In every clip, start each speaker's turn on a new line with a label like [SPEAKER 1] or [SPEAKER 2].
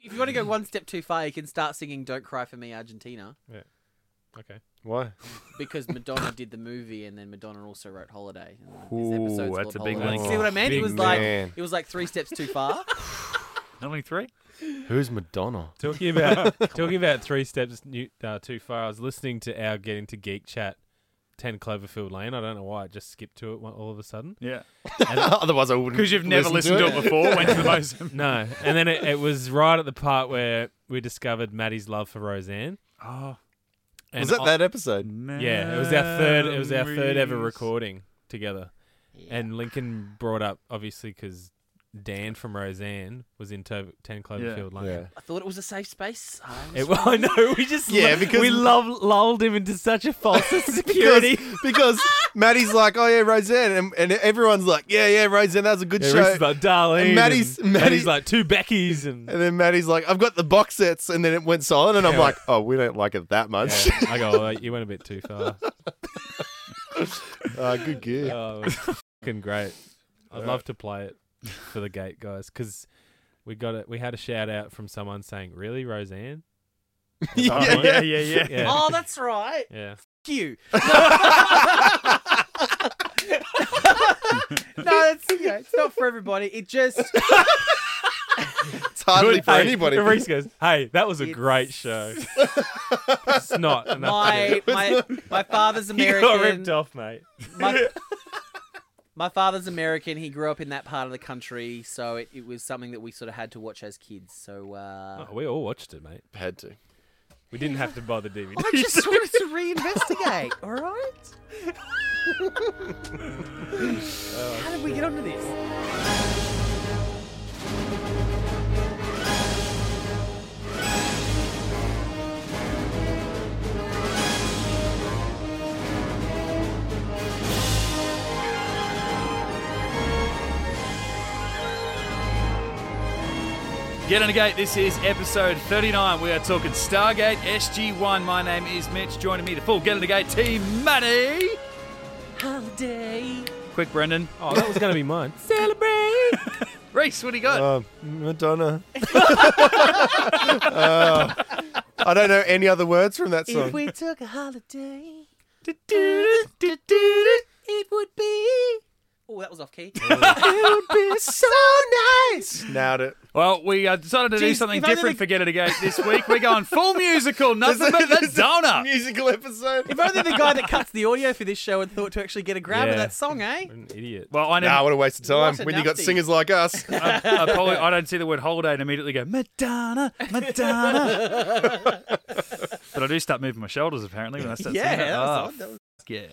[SPEAKER 1] you want to go one step too far, you can start singing "Don't Cry for Me, Argentina"
[SPEAKER 2] Okay.
[SPEAKER 3] Why?
[SPEAKER 1] because Madonna did the movie, and then Madonna also wrote "Holiday." and this
[SPEAKER 3] Ooh,
[SPEAKER 1] episode's called
[SPEAKER 2] that's a big
[SPEAKER 1] Holiday.
[SPEAKER 2] link.
[SPEAKER 1] See what I meant? It
[SPEAKER 2] Big
[SPEAKER 1] was like
[SPEAKER 3] Man,
[SPEAKER 1] it was like three steps too far.
[SPEAKER 2] Not only three.
[SPEAKER 3] who's Madonna?
[SPEAKER 2] Talking about talking about three steps new, uh, too far. I was listening to our Get Into Geek Chat, Ten Cloverfield Lane. I don't know why I just skipped to it one- all of a sudden.
[SPEAKER 4] Yeah.
[SPEAKER 3] Otherwise, I wouldn't.
[SPEAKER 4] Because you've never
[SPEAKER 3] listen
[SPEAKER 4] listened to it, before. Went to the most.
[SPEAKER 2] No, and then it, it was right at the part where we discovered Maddie's love for Roseanne.
[SPEAKER 4] Oh,
[SPEAKER 2] And
[SPEAKER 3] was that
[SPEAKER 2] I-
[SPEAKER 3] that episode?
[SPEAKER 2] Yeah, it was our third. It was our third ever recording together, and Lincoln brought up obviously because Dan from Roseanne was in Tov Ten Cloverfield Lane.
[SPEAKER 3] Yeah.
[SPEAKER 1] I thought it was a safe space. I was
[SPEAKER 2] It, well, I know we just
[SPEAKER 3] Yeah,
[SPEAKER 2] yeah
[SPEAKER 3] because-
[SPEAKER 2] because we love lulled him into such a false security.
[SPEAKER 3] Because, because Maddie's like, oh yeah, Roseanne, and, and everyone's like, yeah, yeah, Roseanne, that was a good
[SPEAKER 2] Yeah,
[SPEAKER 3] show.
[SPEAKER 2] Reese's like Darlene,
[SPEAKER 3] and Maddie's-
[SPEAKER 2] and
[SPEAKER 3] Maddie-
[SPEAKER 2] Maddie's like two Beckys, and
[SPEAKER 3] and then Maddie's like, I've got the box sets, and then it went silent, and I'm
[SPEAKER 2] Yeah.
[SPEAKER 3] like, oh, we don't like it that much.
[SPEAKER 2] Yeah, I go, "Oh, you went a bit too far.
[SPEAKER 3] Ah, good gig.
[SPEAKER 2] Oh, it's fucking great. I'd love to play it for the gate guys because we got it. We had a shout out from someone saying, "Really, Roseanne?"
[SPEAKER 4] Oh, yeah, yeah, yeah.
[SPEAKER 2] Yeah.
[SPEAKER 1] Oh, that's right.
[SPEAKER 2] Yeah.
[SPEAKER 1] F- you. no, that's you know, it's not for everybody. It just
[SPEAKER 3] It's hardly for
[SPEAKER 2] Hey,
[SPEAKER 3] anybody.
[SPEAKER 2] Reese goes, "Hey, that was a
[SPEAKER 1] It's-
[SPEAKER 2] great show." it's not enough.
[SPEAKER 1] my my my father's
[SPEAKER 2] to do. you got ripped
[SPEAKER 1] American.
[SPEAKER 2] off, mate.
[SPEAKER 1] My, my father's American. He grew up in that part of the country, so it, it was something that we sort of had to watch as kids. So uh,
[SPEAKER 2] Oh, we all watched it, mate.
[SPEAKER 3] Had to.
[SPEAKER 2] We didn't have to buy the DVD.
[SPEAKER 1] I just wanted to reinvestigate. All right. How did we get onto this?
[SPEAKER 4] Get on the gate. This is episode 39. We are talking Stargate SG1. My name is Mitch. Joining me, the full Get on the Gate team, Maddie.
[SPEAKER 1] Holiday.
[SPEAKER 4] Quick, Brendan.
[SPEAKER 2] Oh, that was gonna be mine.
[SPEAKER 1] Celebrate.
[SPEAKER 4] Reese, what do you got?
[SPEAKER 3] Um, Madonna. Uh, I don't know any other words from that
[SPEAKER 1] If
[SPEAKER 3] song.
[SPEAKER 1] we took a holiday,
[SPEAKER 3] It
[SPEAKER 1] it would be. Oh, that was off key.
[SPEAKER 3] would be so nice. Snout it.
[SPEAKER 4] Well, we uh, decided to do
[SPEAKER 1] Jeez,
[SPEAKER 4] something
[SPEAKER 1] if only
[SPEAKER 4] different
[SPEAKER 1] the-
[SPEAKER 4] for Get It Again this week. We're going full musical, nothing but the donut.
[SPEAKER 3] Musical episode.
[SPEAKER 1] Ah. if only the guy that cuts the audio for this show had thought to actually get a grab
[SPEAKER 2] Yeah.
[SPEAKER 1] of that song, eh?
[SPEAKER 2] What an idiot.
[SPEAKER 4] Well, I,
[SPEAKER 3] Nah,
[SPEAKER 4] never,
[SPEAKER 3] what a waste of time
[SPEAKER 1] What a
[SPEAKER 3] when you got
[SPEAKER 1] numpty.
[SPEAKER 3] singers like us.
[SPEAKER 4] I, I probably, I don't see the word holiday and immediately go, Madonna, Madonna. but I do start moving my shoulders apparently when I start
[SPEAKER 1] Yeah,
[SPEAKER 4] singing it.
[SPEAKER 1] that was
[SPEAKER 4] Oh,
[SPEAKER 1] odd. That was-
[SPEAKER 4] Yeah.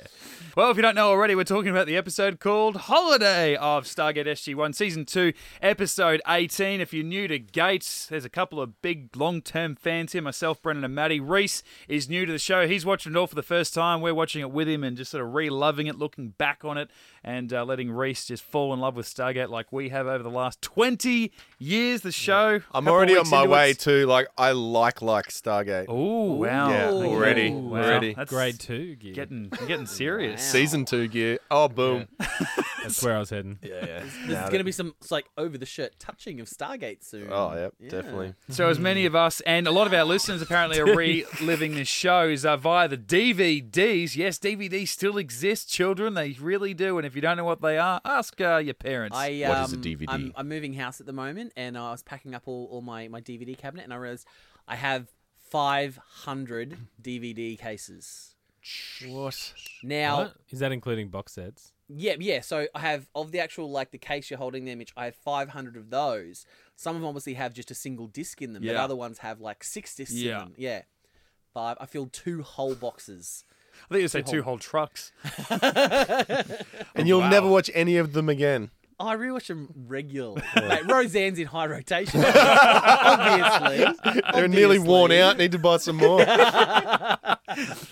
[SPEAKER 4] Well, if you don't know already, we're talking about the episode called Holiday of Stargate SG1, Season 2, Episode 18. If you're new to Gates, there's a couple of big long term fans here myself, Brendan and Maddie. Reese is new to the show. He's watching it all for the first time. We're watching it with him and just sort of re loving it, looking back on it, and uh, letting Reese just fall in love with Stargate like we have over the last 20 years. The show.
[SPEAKER 3] I'm
[SPEAKER 4] couple
[SPEAKER 3] already on
[SPEAKER 4] weeks
[SPEAKER 3] my
[SPEAKER 4] into
[SPEAKER 3] way
[SPEAKER 4] it.
[SPEAKER 3] to like I like like
[SPEAKER 1] Oh,
[SPEAKER 3] Stargate.
[SPEAKER 4] Ooh, wow.
[SPEAKER 3] Yeah,
[SPEAKER 4] Okay.
[SPEAKER 3] already,
[SPEAKER 4] Wow,
[SPEAKER 3] already.
[SPEAKER 4] that's
[SPEAKER 2] Grade two gear.
[SPEAKER 4] Getting, getting serious.
[SPEAKER 3] Season two gear. Oh boom.
[SPEAKER 2] That's where I was heading.
[SPEAKER 3] Yeah.
[SPEAKER 1] There's going to be some it's like over the shirt touching of Stargate soon.
[SPEAKER 3] Oh yep,
[SPEAKER 1] Yeah.
[SPEAKER 3] definitely.
[SPEAKER 4] So, as many of us and a lot of our listeners apparently are reliving this show is uh, via the DVDs. Yes, DVDs still exist, children. They really do. And if you don't know what they are, ask uh, your parents.
[SPEAKER 1] I, um,
[SPEAKER 3] What is a DVD?
[SPEAKER 1] I'm, I'm moving house at the moment, and I was packing up all, all my, my DVD cabinet, and I realized I have 500 DVD cases.
[SPEAKER 4] What?
[SPEAKER 1] Now,
[SPEAKER 2] What? Is that including box sets?
[SPEAKER 1] Yeah, yeah. So I have of the actual like the case you're holding there, Mitch. I have 500 of those. Some of them obviously have just a single disc in them, but
[SPEAKER 4] Yeah.
[SPEAKER 1] other ones have like six discs
[SPEAKER 4] Yeah.
[SPEAKER 1] in them. Yeah, five. I filled two whole boxes.
[SPEAKER 4] I think you say two whole trucks.
[SPEAKER 3] And you'll
[SPEAKER 4] Wow.
[SPEAKER 3] never watch any of them again.
[SPEAKER 1] Oh, I rewatch them regularly. Mate, Roseanne's in high rotation, obviously.
[SPEAKER 3] They're nearly worn
[SPEAKER 1] Obviously.
[SPEAKER 3] out. Need to buy some more.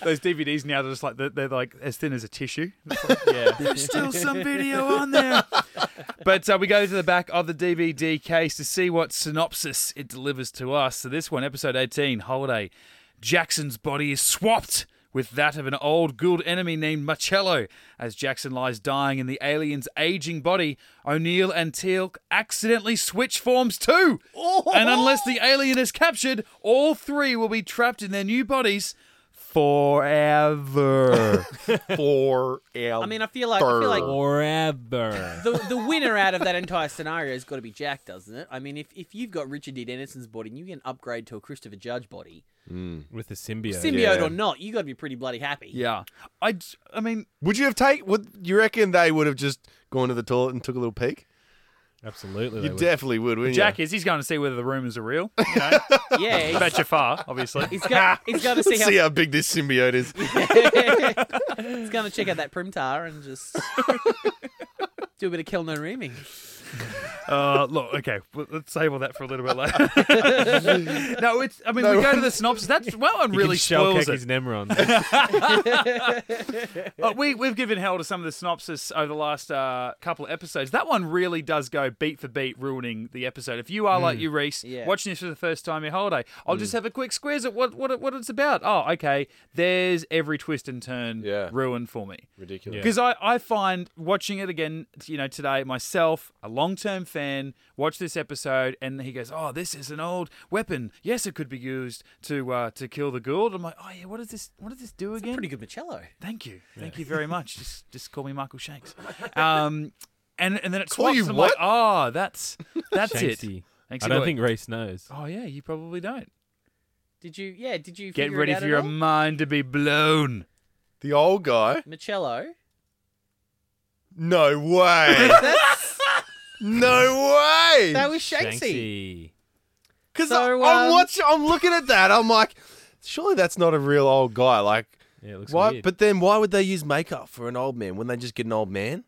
[SPEAKER 4] Those DVDs now are just like, they're, they're like as thin as a tissue.
[SPEAKER 2] Yeah.
[SPEAKER 4] There's still some video on there. But uh, we go to the back of the DVD case to see what synopsis it delivers to us. So, this one, episode 18, Holiday. Jackson's body is swapped with that of an old Gould enemy named Marcello. As Jackson lies dying in the alien's aging body, O'Neill and Teal accidentally switch forms too. And unless the alien is captured, all three will be trapped in their new bodies forever.
[SPEAKER 3] Four
[SPEAKER 1] I mean, I feel like I feel like
[SPEAKER 2] Forever.
[SPEAKER 1] the the winner out of that entire scenario has got to be Jack, doesn't it? I mean, if if you've got Richard D. Dennison's body and you get an upgrade to a Christopher Judge body,
[SPEAKER 2] With the symbiote.
[SPEAKER 1] symbiote
[SPEAKER 3] Yeah.
[SPEAKER 1] or not, you got to be pretty bloody happy.
[SPEAKER 4] yeah. I, d- I mean,
[SPEAKER 3] Would you have take? Would you reckon they would have just gone to the toilet and took a little peek?
[SPEAKER 2] Absolutely.
[SPEAKER 3] You
[SPEAKER 2] they would.
[SPEAKER 3] definitely would, wouldn't
[SPEAKER 4] Jack
[SPEAKER 3] you?
[SPEAKER 4] is. He's going to see whether the rumors are real.
[SPEAKER 1] yeah. He's,
[SPEAKER 4] Bet you far, obviously.
[SPEAKER 1] he's got he's got to see
[SPEAKER 3] Let's
[SPEAKER 1] how
[SPEAKER 3] see how big this symbiote is.
[SPEAKER 1] He's gonna check out that primtar and just do a bit of kill no reaming.
[SPEAKER 4] Uh, look, okay, well, let's save all that for a little bit later. no, it's. I mean, we go to the synopsis. That's well, one
[SPEAKER 2] You
[SPEAKER 4] really
[SPEAKER 2] can shell
[SPEAKER 4] spoils
[SPEAKER 2] kick
[SPEAKER 4] it.
[SPEAKER 2] his Nemron.
[SPEAKER 4] Uh, we we've given hell to some of the synopsis over the last uh, couple of episodes. That one really does go beat for beat, ruining the episode. If you are
[SPEAKER 2] Mm.
[SPEAKER 4] like you, Reese,
[SPEAKER 1] Yeah.
[SPEAKER 4] watching this for the first time in holiday, I'll just have a quick squeeze at what what it- what it's about. Oh, okay. There's every twist and turn
[SPEAKER 3] Yeah.
[SPEAKER 4] ruined for me.
[SPEAKER 3] Ridiculous.
[SPEAKER 2] Yeah.
[SPEAKER 4] Because I, I find watching it again, you know, today, myself, a long term fan, watch this episode and he goes, Oh, this is an old weapon. Yes, it could be used to uh, to kill the Gould. I'm like, Oh, yeah, what does this what does this do again?
[SPEAKER 1] Pretty good Michello.
[SPEAKER 4] Thank you. Thank you very much. Just just call me Michael Shanks. Um, and, and then it swaps.
[SPEAKER 3] you
[SPEAKER 4] and I'm
[SPEAKER 3] what?
[SPEAKER 4] like, Oh, that's, that's it.
[SPEAKER 2] Shanksy.
[SPEAKER 4] Thanks,
[SPEAKER 2] I don't
[SPEAKER 4] Eloy.
[SPEAKER 2] think Reese knows.
[SPEAKER 4] Oh, yeah, you probably don't.
[SPEAKER 1] Did you? Yeah. Did you
[SPEAKER 4] Get
[SPEAKER 1] figure
[SPEAKER 4] ready
[SPEAKER 1] it out
[SPEAKER 4] for
[SPEAKER 1] at
[SPEAKER 4] your
[SPEAKER 1] all?
[SPEAKER 4] mind to be blown.
[SPEAKER 3] The old guy?
[SPEAKER 1] Michello.
[SPEAKER 3] No way.
[SPEAKER 1] That's
[SPEAKER 3] no way.
[SPEAKER 1] that was Shanksy.
[SPEAKER 2] Shanksy.
[SPEAKER 3] Because
[SPEAKER 1] So,
[SPEAKER 3] I'm
[SPEAKER 1] um,
[SPEAKER 3] watching, I'm looking at that. I'm like, surely that's not a real old guy. Like,
[SPEAKER 2] Yeah, it looks
[SPEAKER 3] why?
[SPEAKER 2] weird.
[SPEAKER 3] But then why would they use makeup for an old man when they just get an old man?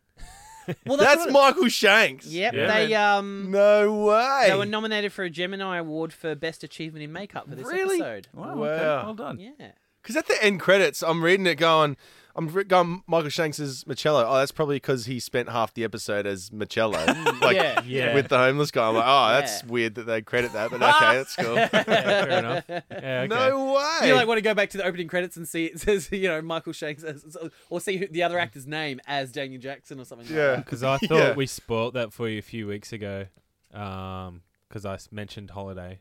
[SPEAKER 1] Well,
[SPEAKER 3] That's,
[SPEAKER 1] what-
[SPEAKER 3] Michael Shanks.
[SPEAKER 1] Yep.
[SPEAKER 2] Yeah,
[SPEAKER 1] they um.
[SPEAKER 3] No way.
[SPEAKER 1] They were nominated for a Gemini Award for best achievement in makeup for this
[SPEAKER 4] really?
[SPEAKER 1] episode.
[SPEAKER 4] Wow. Okay.
[SPEAKER 3] Wow.
[SPEAKER 4] Well done.
[SPEAKER 1] Yeah.
[SPEAKER 3] Because at the end credits, I'm reading it going, I'm re- going Michael Shanks is Michello. Oh, that's probably because he spent half the episode as Michello, like
[SPEAKER 1] yeah.
[SPEAKER 2] Yeah.
[SPEAKER 3] with the homeless guy. I'm like, oh, that's
[SPEAKER 1] Yeah.
[SPEAKER 3] weird that they credit that, but okay, that's cool.
[SPEAKER 2] Yeah, fair enough. Yeah, okay.
[SPEAKER 3] No way.
[SPEAKER 1] You like want to go back to the opening credits and see it says you know Michael Shanks as, or see who, the other actor's name as Daniel Jackson or something. like
[SPEAKER 3] yeah.
[SPEAKER 2] Because I thought
[SPEAKER 3] Yeah.
[SPEAKER 2] we spoilt that for you a few weeks ago, because I s- mentioned holiday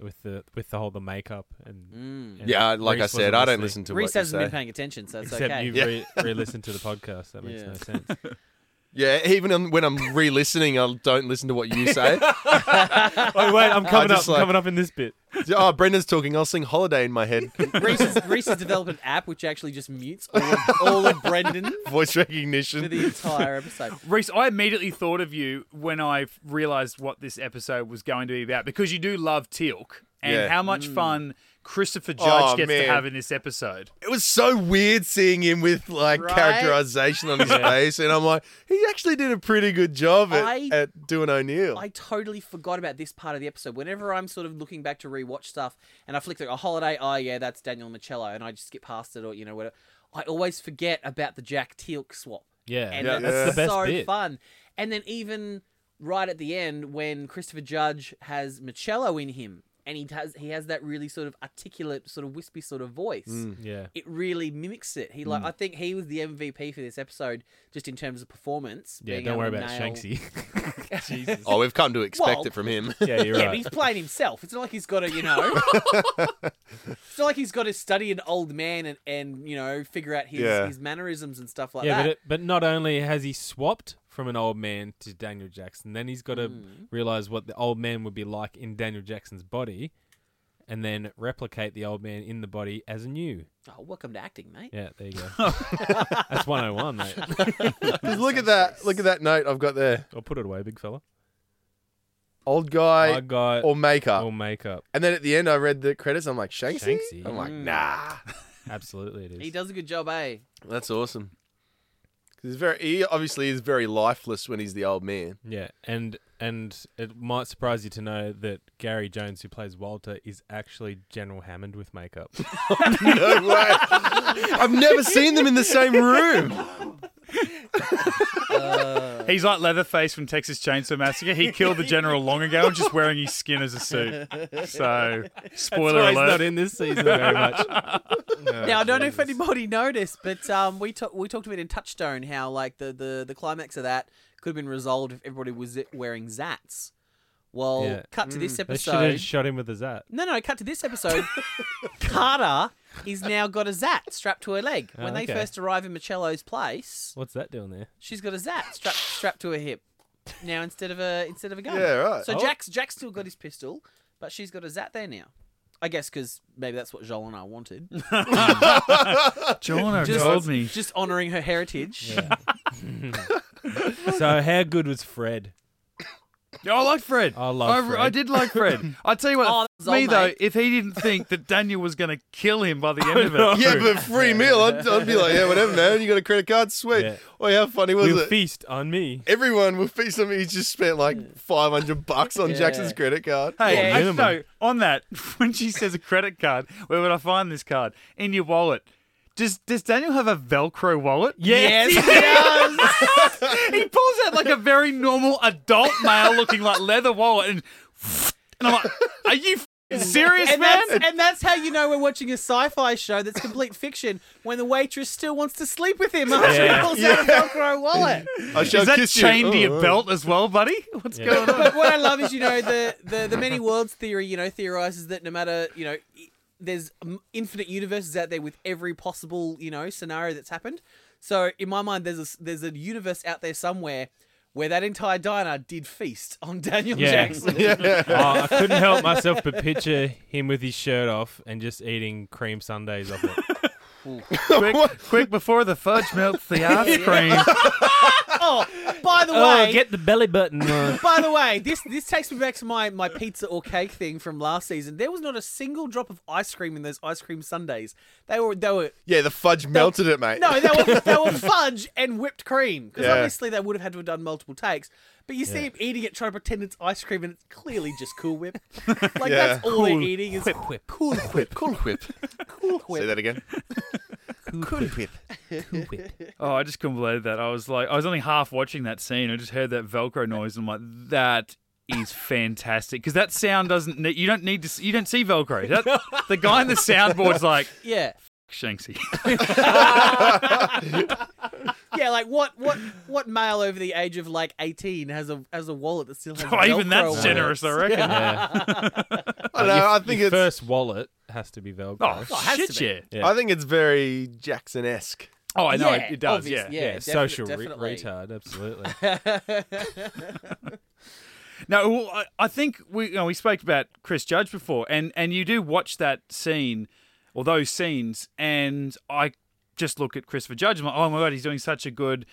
[SPEAKER 2] with the with the whole the makeup and,
[SPEAKER 1] that. Mm.
[SPEAKER 2] and
[SPEAKER 3] Yeah, like I
[SPEAKER 2] Reece
[SPEAKER 3] said,
[SPEAKER 2] wasn't
[SPEAKER 3] I don't
[SPEAKER 2] listening.
[SPEAKER 3] listen to
[SPEAKER 1] Reese
[SPEAKER 3] what you
[SPEAKER 1] hasn't
[SPEAKER 3] say.
[SPEAKER 1] been paying attention, so it's
[SPEAKER 2] Except
[SPEAKER 1] okay.
[SPEAKER 2] you
[SPEAKER 3] Yeah.
[SPEAKER 2] re- re-listened to the podcast. That makes
[SPEAKER 1] Yeah.
[SPEAKER 2] no sense.
[SPEAKER 3] Yeah, even on- when I'm re-listening, I don't listen to what you say.
[SPEAKER 2] oh wait, I'm coming up.
[SPEAKER 3] just like-
[SPEAKER 2] coming up in this bit.
[SPEAKER 3] oh, Brendan's talking. I'll sing "Holiday" in my head.
[SPEAKER 1] Reese has, Reese has developed an app which actually just mutes all of, all of Brendan
[SPEAKER 3] Voice
[SPEAKER 1] for
[SPEAKER 3] recognition.
[SPEAKER 1] the entire episode.
[SPEAKER 4] Reese, I immediately thought of you when I realized what this episode was going to be about because you do love Teal'c and
[SPEAKER 3] Yeah.
[SPEAKER 4] how much
[SPEAKER 2] Mm.
[SPEAKER 4] fun Christopher Judge
[SPEAKER 3] Oh,
[SPEAKER 4] gets to
[SPEAKER 3] man.
[SPEAKER 4] have in this episode.
[SPEAKER 3] it was so weird seeing him with like
[SPEAKER 1] Right?
[SPEAKER 3] characterization on his face, and I'm like, he actually did a pretty good job at,
[SPEAKER 1] I-
[SPEAKER 3] at doing O'Neill.
[SPEAKER 1] I totally forgot about this part of the episode. Whenever I'm sort of looking back to rewatch stuff and I flick through a holiday, oh yeah, that's Daniel Michello, and I just skip past it or you know whatever. I always forget about the Jack Teal'c swap.
[SPEAKER 2] Yeah,
[SPEAKER 1] and
[SPEAKER 3] Yeah.
[SPEAKER 1] that's
[SPEAKER 2] that's the best
[SPEAKER 1] so
[SPEAKER 2] bit.
[SPEAKER 1] fun. And then even right at the end, when Christopher Judge has Michello in him, and he has he has that really sort of articulate, sort of wispy sort of voice.
[SPEAKER 3] Mm.
[SPEAKER 2] Yeah, Mm.
[SPEAKER 1] It really mimics it. He like I think he was the MVP for this episode, just in terms of performance.
[SPEAKER 2] yeah.
[SPEAKER 1] being
[SPEAKER 2] Don't worry
[SPEAKER 1] able to
[SPEAKER 2] about
[SPEAKER 1] nail-
[SPEAKER 2] Shanksy.
[SPEAKER 3] oh, we've come to expect
[SPEAKER 1] Well-
[SPEAKER 3] it from him.
[SPEAKER 2] yeah, you're
[SPEAKER 1] Yeah, but
[SPEAKER 2] right.
[SPEAKER 1] he's playing himself. It's not like he's got to, you know. it's not like he's got to study an old man and, and you know figure out his,
[SPEAKER 3] Yeah.
[SPEAKER 1] his mannerisms and stuff like
[SPEAKER 2] yeah,
[SPEAKER 1] that.
[SPEAKER 2] but it, but not only has he swapped from an old man to Daniel Jackson, then he's got to
[SPEAKER 1] Hmm.
[SPEAKER 2] realize what the old man would be like in Daniel Jackson's body, and then replicate the old man in the body as a new.
[SPEAKER 1] oh, welcome to acting, mate.
[SPEAKER 2] Yeah, there you go. That's 101, mate.
[SPEAKER 3] 'Cause look at that. Look at that note I've got there.
[SPEAKER 2] I'll put it away, big fella.
[SPEAKER 3] Old
[SPEAKER 2] I,
[SPEAKER 3] guy
[SPEAKER 2] got
[SPEAKER 3] or makeup.
[SPEAKER 2] all makeup.
[SPEAKER 3] And then at the end, I read the credits. I'm like, Shanksy?
[SPEAKER 2] Shanksy.
[SPEAKER 3] I'm like,
[SPEAKER 1] Mm.
[SPEAKER 3] nah.
[SPEAKER 2] Absolutely, it is.
[SPEAKER 1] He does a good job, eh?
[SPEAKER 3] That's awesome. 'Cause He's very, he obviously is very lifeless when he's the old man.
[SPEAKER 2] Yeah, and and it might surprise you to know that Gary Jones, who plays Walter, is actually General Hammond with makeup.
[SPEAKER 3] No way. I've never seen them in the same room.
[SPEAKER 2] Uh,
[SPEAKER 4] He's like Leatherface from Texas Chainsaw Massacre. He killed the general long ago, just wearing his skin as a suit. So, spoiler
[SPEAKER 2] That's why
[SPEAKER 4] alert.
[SPEAKER 2] he's not in this season very much.
[SPEAKER 1] Now I don't know if anybody noticed, but um, we talked we talked about in Touchstone how like the, the, the climax of that could have been resolved if everybody was it- wearing zats. Well,
[SPEAKER 2] Yeah.
[SPEAKER 1] cut to this
[SPEAKER 2] They should have
[SPEAKER 1] episode.
[SPEAKER 2] shot him with a zap.
[SPEAKER 1] No, no, cut to this episode. Carter is now got a zat strapped to her leg. When
[SPEAKER 2] Oh,
[SPEAKER 1] they
[SPEAKER 2] okay.
[SPEAKER 1] first arrive in Michello's place,
[SPEAKER 2] What's that doing there?
[SPEAKER 1] she's got a zat strapped strapped to her hip. Now instead of a instead of a gun.
[SPEAKER 3] Yeah, right.
[SPEAKER 1] So
[SPEAKER 2] Oh.
[SPEAKER 1] Jack's Jack's still got his pistol, but she's got a zat there now. I guess because maybe that's what Joel and I wanted.
[SPEAKER 4] Jono
[SPEAKER 1] Just-
[SPEAKER 4] told me.
[SPEAKER 1] Just honouring her heritage.
[SPEAKER 2] So how good was Fred?
[SPEAKER 4] Oh, I like Fred.
[SPEAKER 2] I love
[SPEAKER 4] I,
[SPEAKER 2] Fred.
[SPEAKER 4] I did like Fred. I tell you what,
[SPEAKER 1] Oh, that was
[SPEAKER 4] me
[SPEAKER 1] old
[SPEAKER 4] though,
[SPEAKER 1] mate.
[SPEAKER 4] if he didn't think that Daniel was going to kill him by the end of it,
[SPEAKER 3] Yeah, but free meal. I'd, I'd be like, yeah, whatever, man. You got a credit card? Sweet.
[SPEAKER 2] Yeah.
[SPEAKER 3] Oh, yeah, how funny was
[SPEAKER 2] Will
[SPEAKER 3] it?
[SPEAKER 2] feast on me.
[SPEAKER 3] Everyone will feast on me. He just spent like 500 bucks on
[SPEAKER 1] Yeah.
[SPEAKER 3] Jackson's credit card.
[SPEAKER 4] Hey,
[SPEAKER 1] Yeah.
[SPEAKER 4] I,
[SPEAKER 2] Minimum.
[SPEAKER 4] no, on that, when she says a credit card, where would I find this card? In your wallet. Does does Daniel have a Velcro wallet?
[SPEAKER 1] Yes, he
[SPEAKER 4] He pulls out like a very normal adult male looking like leather wallet and, and I'm like, are you f***ing serious,
[SPEAKER 1] and,
[SPEAKER 4] man?
[SPEAKER 1] that's, and that's how you know we're watching a sci-fi show that's complete fiction when the waitress still wants to sleep with him after
[SPEAKER 2] Yeah.
[SPEAKER 1] he pulls out a Velcro wallet.
[SPEAKER 3] I shall
[SPEAKER 4] Is that
[SPEAKER 3] kiss you.
[SPEAKER 4] chained to
[SPEAKER 3] Oh,
[SPEAKER 4] your
[SPEAKER 3] oh.
[SPEAKER 4] belt as well, buddy? What's
[SPEAKER 2] Yeah.
[SPEAKER 4] going on?
[SPEAKER 1] But what I love is, you know, the, the, the many worlds theory, you know, theorizes that no matter, you know, i- there's um, infinite universes out there with every possible, you know, scenario that's happened. So in my mind, there's a, s- there's a universe out there somewhere where that entire diner did feast on Daniel
[SPEAKER 2] Yeah.
[SPEAKER 1] Jackson.
[SPEAKER 2] Oh, I couldn't help myself but picture him with his shirt off and just eating cream sundaes off it.
[SPEAKER 4] quick, quick before the fudge melts the ice cream.
[SPEAKER 1] oh, by the way,
[SPEAKER 2] the belly button on.
[SPEAKER 1] By the way, this this takes me back to my, my pizza or cake thing from last season. There was not a single drop of ice cream in those ice cream sundaes. They were they were
[SPEAKER 3] Yeah, the fudge melted it, mate.
[SPEAKER 1] no, they were they were fudge and whipped cream because
[SPEAKER 3] Yeah.
[SPEAKER 1] obviously they would have had to have done multiple takes. But you see him eating it, trying to pretend it's ice cream, and it's clearly just Cool Whip. Like
[SPEAKER 3] Yeah.
[SPEAKER 1] that's all they're eating is Cool Whip, Cool Whip,
[SPEAKER 3] Cool whip.
[SPEAKER 1] Cool Whip.
[SPEAKER 3] Say that again.
[SPEAKER 2] Cool
[SPEAKER 3] whip.
[SPEAKER 4] Oh, I just couldn't believe that. I was like, I was only half watching that scene. I just heard that Velcro noise, and I'm like, that is fantastic because that sound doesn't. Ne- you don't need to. s- You don't see Velcro. That, the guy in the soundboard's like
[SPEAKER 1] Yeah,
[SPEAKER 4] Shanksy.
[SPEAKER 1] yeah. Like what what what male over the age of like eighteen has a has a wallet that still has
[SPEAKER 4] oh, even
[SPEAKER 1] Velcro
[SPEAKER 4] that's
[SPEAKER 1] on it?
[SPEAKER 4] generous, I reckon.
[SPEAKER 2] Yeah.
[SPEAKER 3] I don't know. I think
[SPEAKER 2] Your
[SPEAKER 3] it's.
[SPEAKER 2] first wallet has to be Velcro.
[SPEAKER 4] Oh,
[SPEAKER 1] it has
[SPEAKER 4] shit,
[SPEAKER 1] to be.
[SPEAKER 4] yeah.
[SPEAKER 2] Yeah.
[SPEAKER 3] I think it's very Jackson esque.
[SPEAKER 4] Oh, I know
[SPEAKER 1] Yeah,
[SPEAKER 4] it, it does.
[SPEAKER 1] obvious,
[SPEAKER 4] Yeah.
[SPEAKER 2] yeah,
[SPEAKER 1] defi-
[SPEAKER 2] social re-
[SPEAKER 1] definitely.
[SPEAKER 2] retard, absolutely.
[SPEAKER 4] No, well, I, I think we you know, we spoke about Chris Judge before, and and you do watch that scene or those scenes, and I just look at Christopher Judge. I'm like, oh my god, he's doing such a good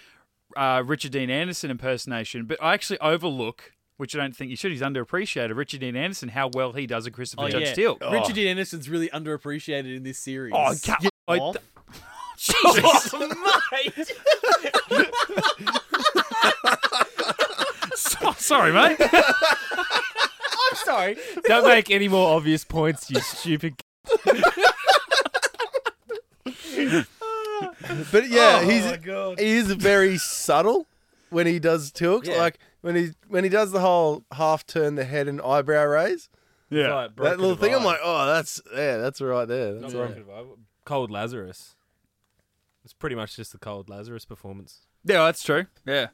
[SPEAKER 4] uh, Richard Dean Anderson impersonation. But I actually overlook, which I don't think you should. He's underappreciated. Richard Dean Anderson, how well he does a Christopher Judge Steele.
[SPEAKER 1] Oh, Richard Dean Anderson's really underappreciated in this series.
[SPEAKER 4] Oh, I can't- I-
[SPEAKER 1] off.
[SPEAKER 4] Jesus.
[SPEAKER 1] Oh, mate!
[SPEAKER 4] So- sorry, mate.
[SPEAKER 1] I'm sorry.
[SPEAKER 2] Don't make any more obvious points, you stupid. c-
[SPEAKER 3] But yeah, he's he is very subtle when he does tilts.
[SPEAKER 1] Yeah.
[SPEAKER 3] Like when he when he does the whole half turn the head and eyebrow raise.
[SPEAKER 4] Yeah.
[SPEAKER 2] like
[SPEAKER 3] that little
[SPEAKER 2] Broken
[SPEAKER 3] thing, I'm
[SPEAKER 2] Divide.
[SPEAKER 3] like, oh, that's yeah, that's right there. That's
[SPEAKER 2] Not
[SPEAKER 3] right.
[SPEAKER 2] Broken Divide, Cold Lazarus. It's pretty much just the Cold Lazarus performance.
[SPEAKER 4] Yeah, that's true. Yeah.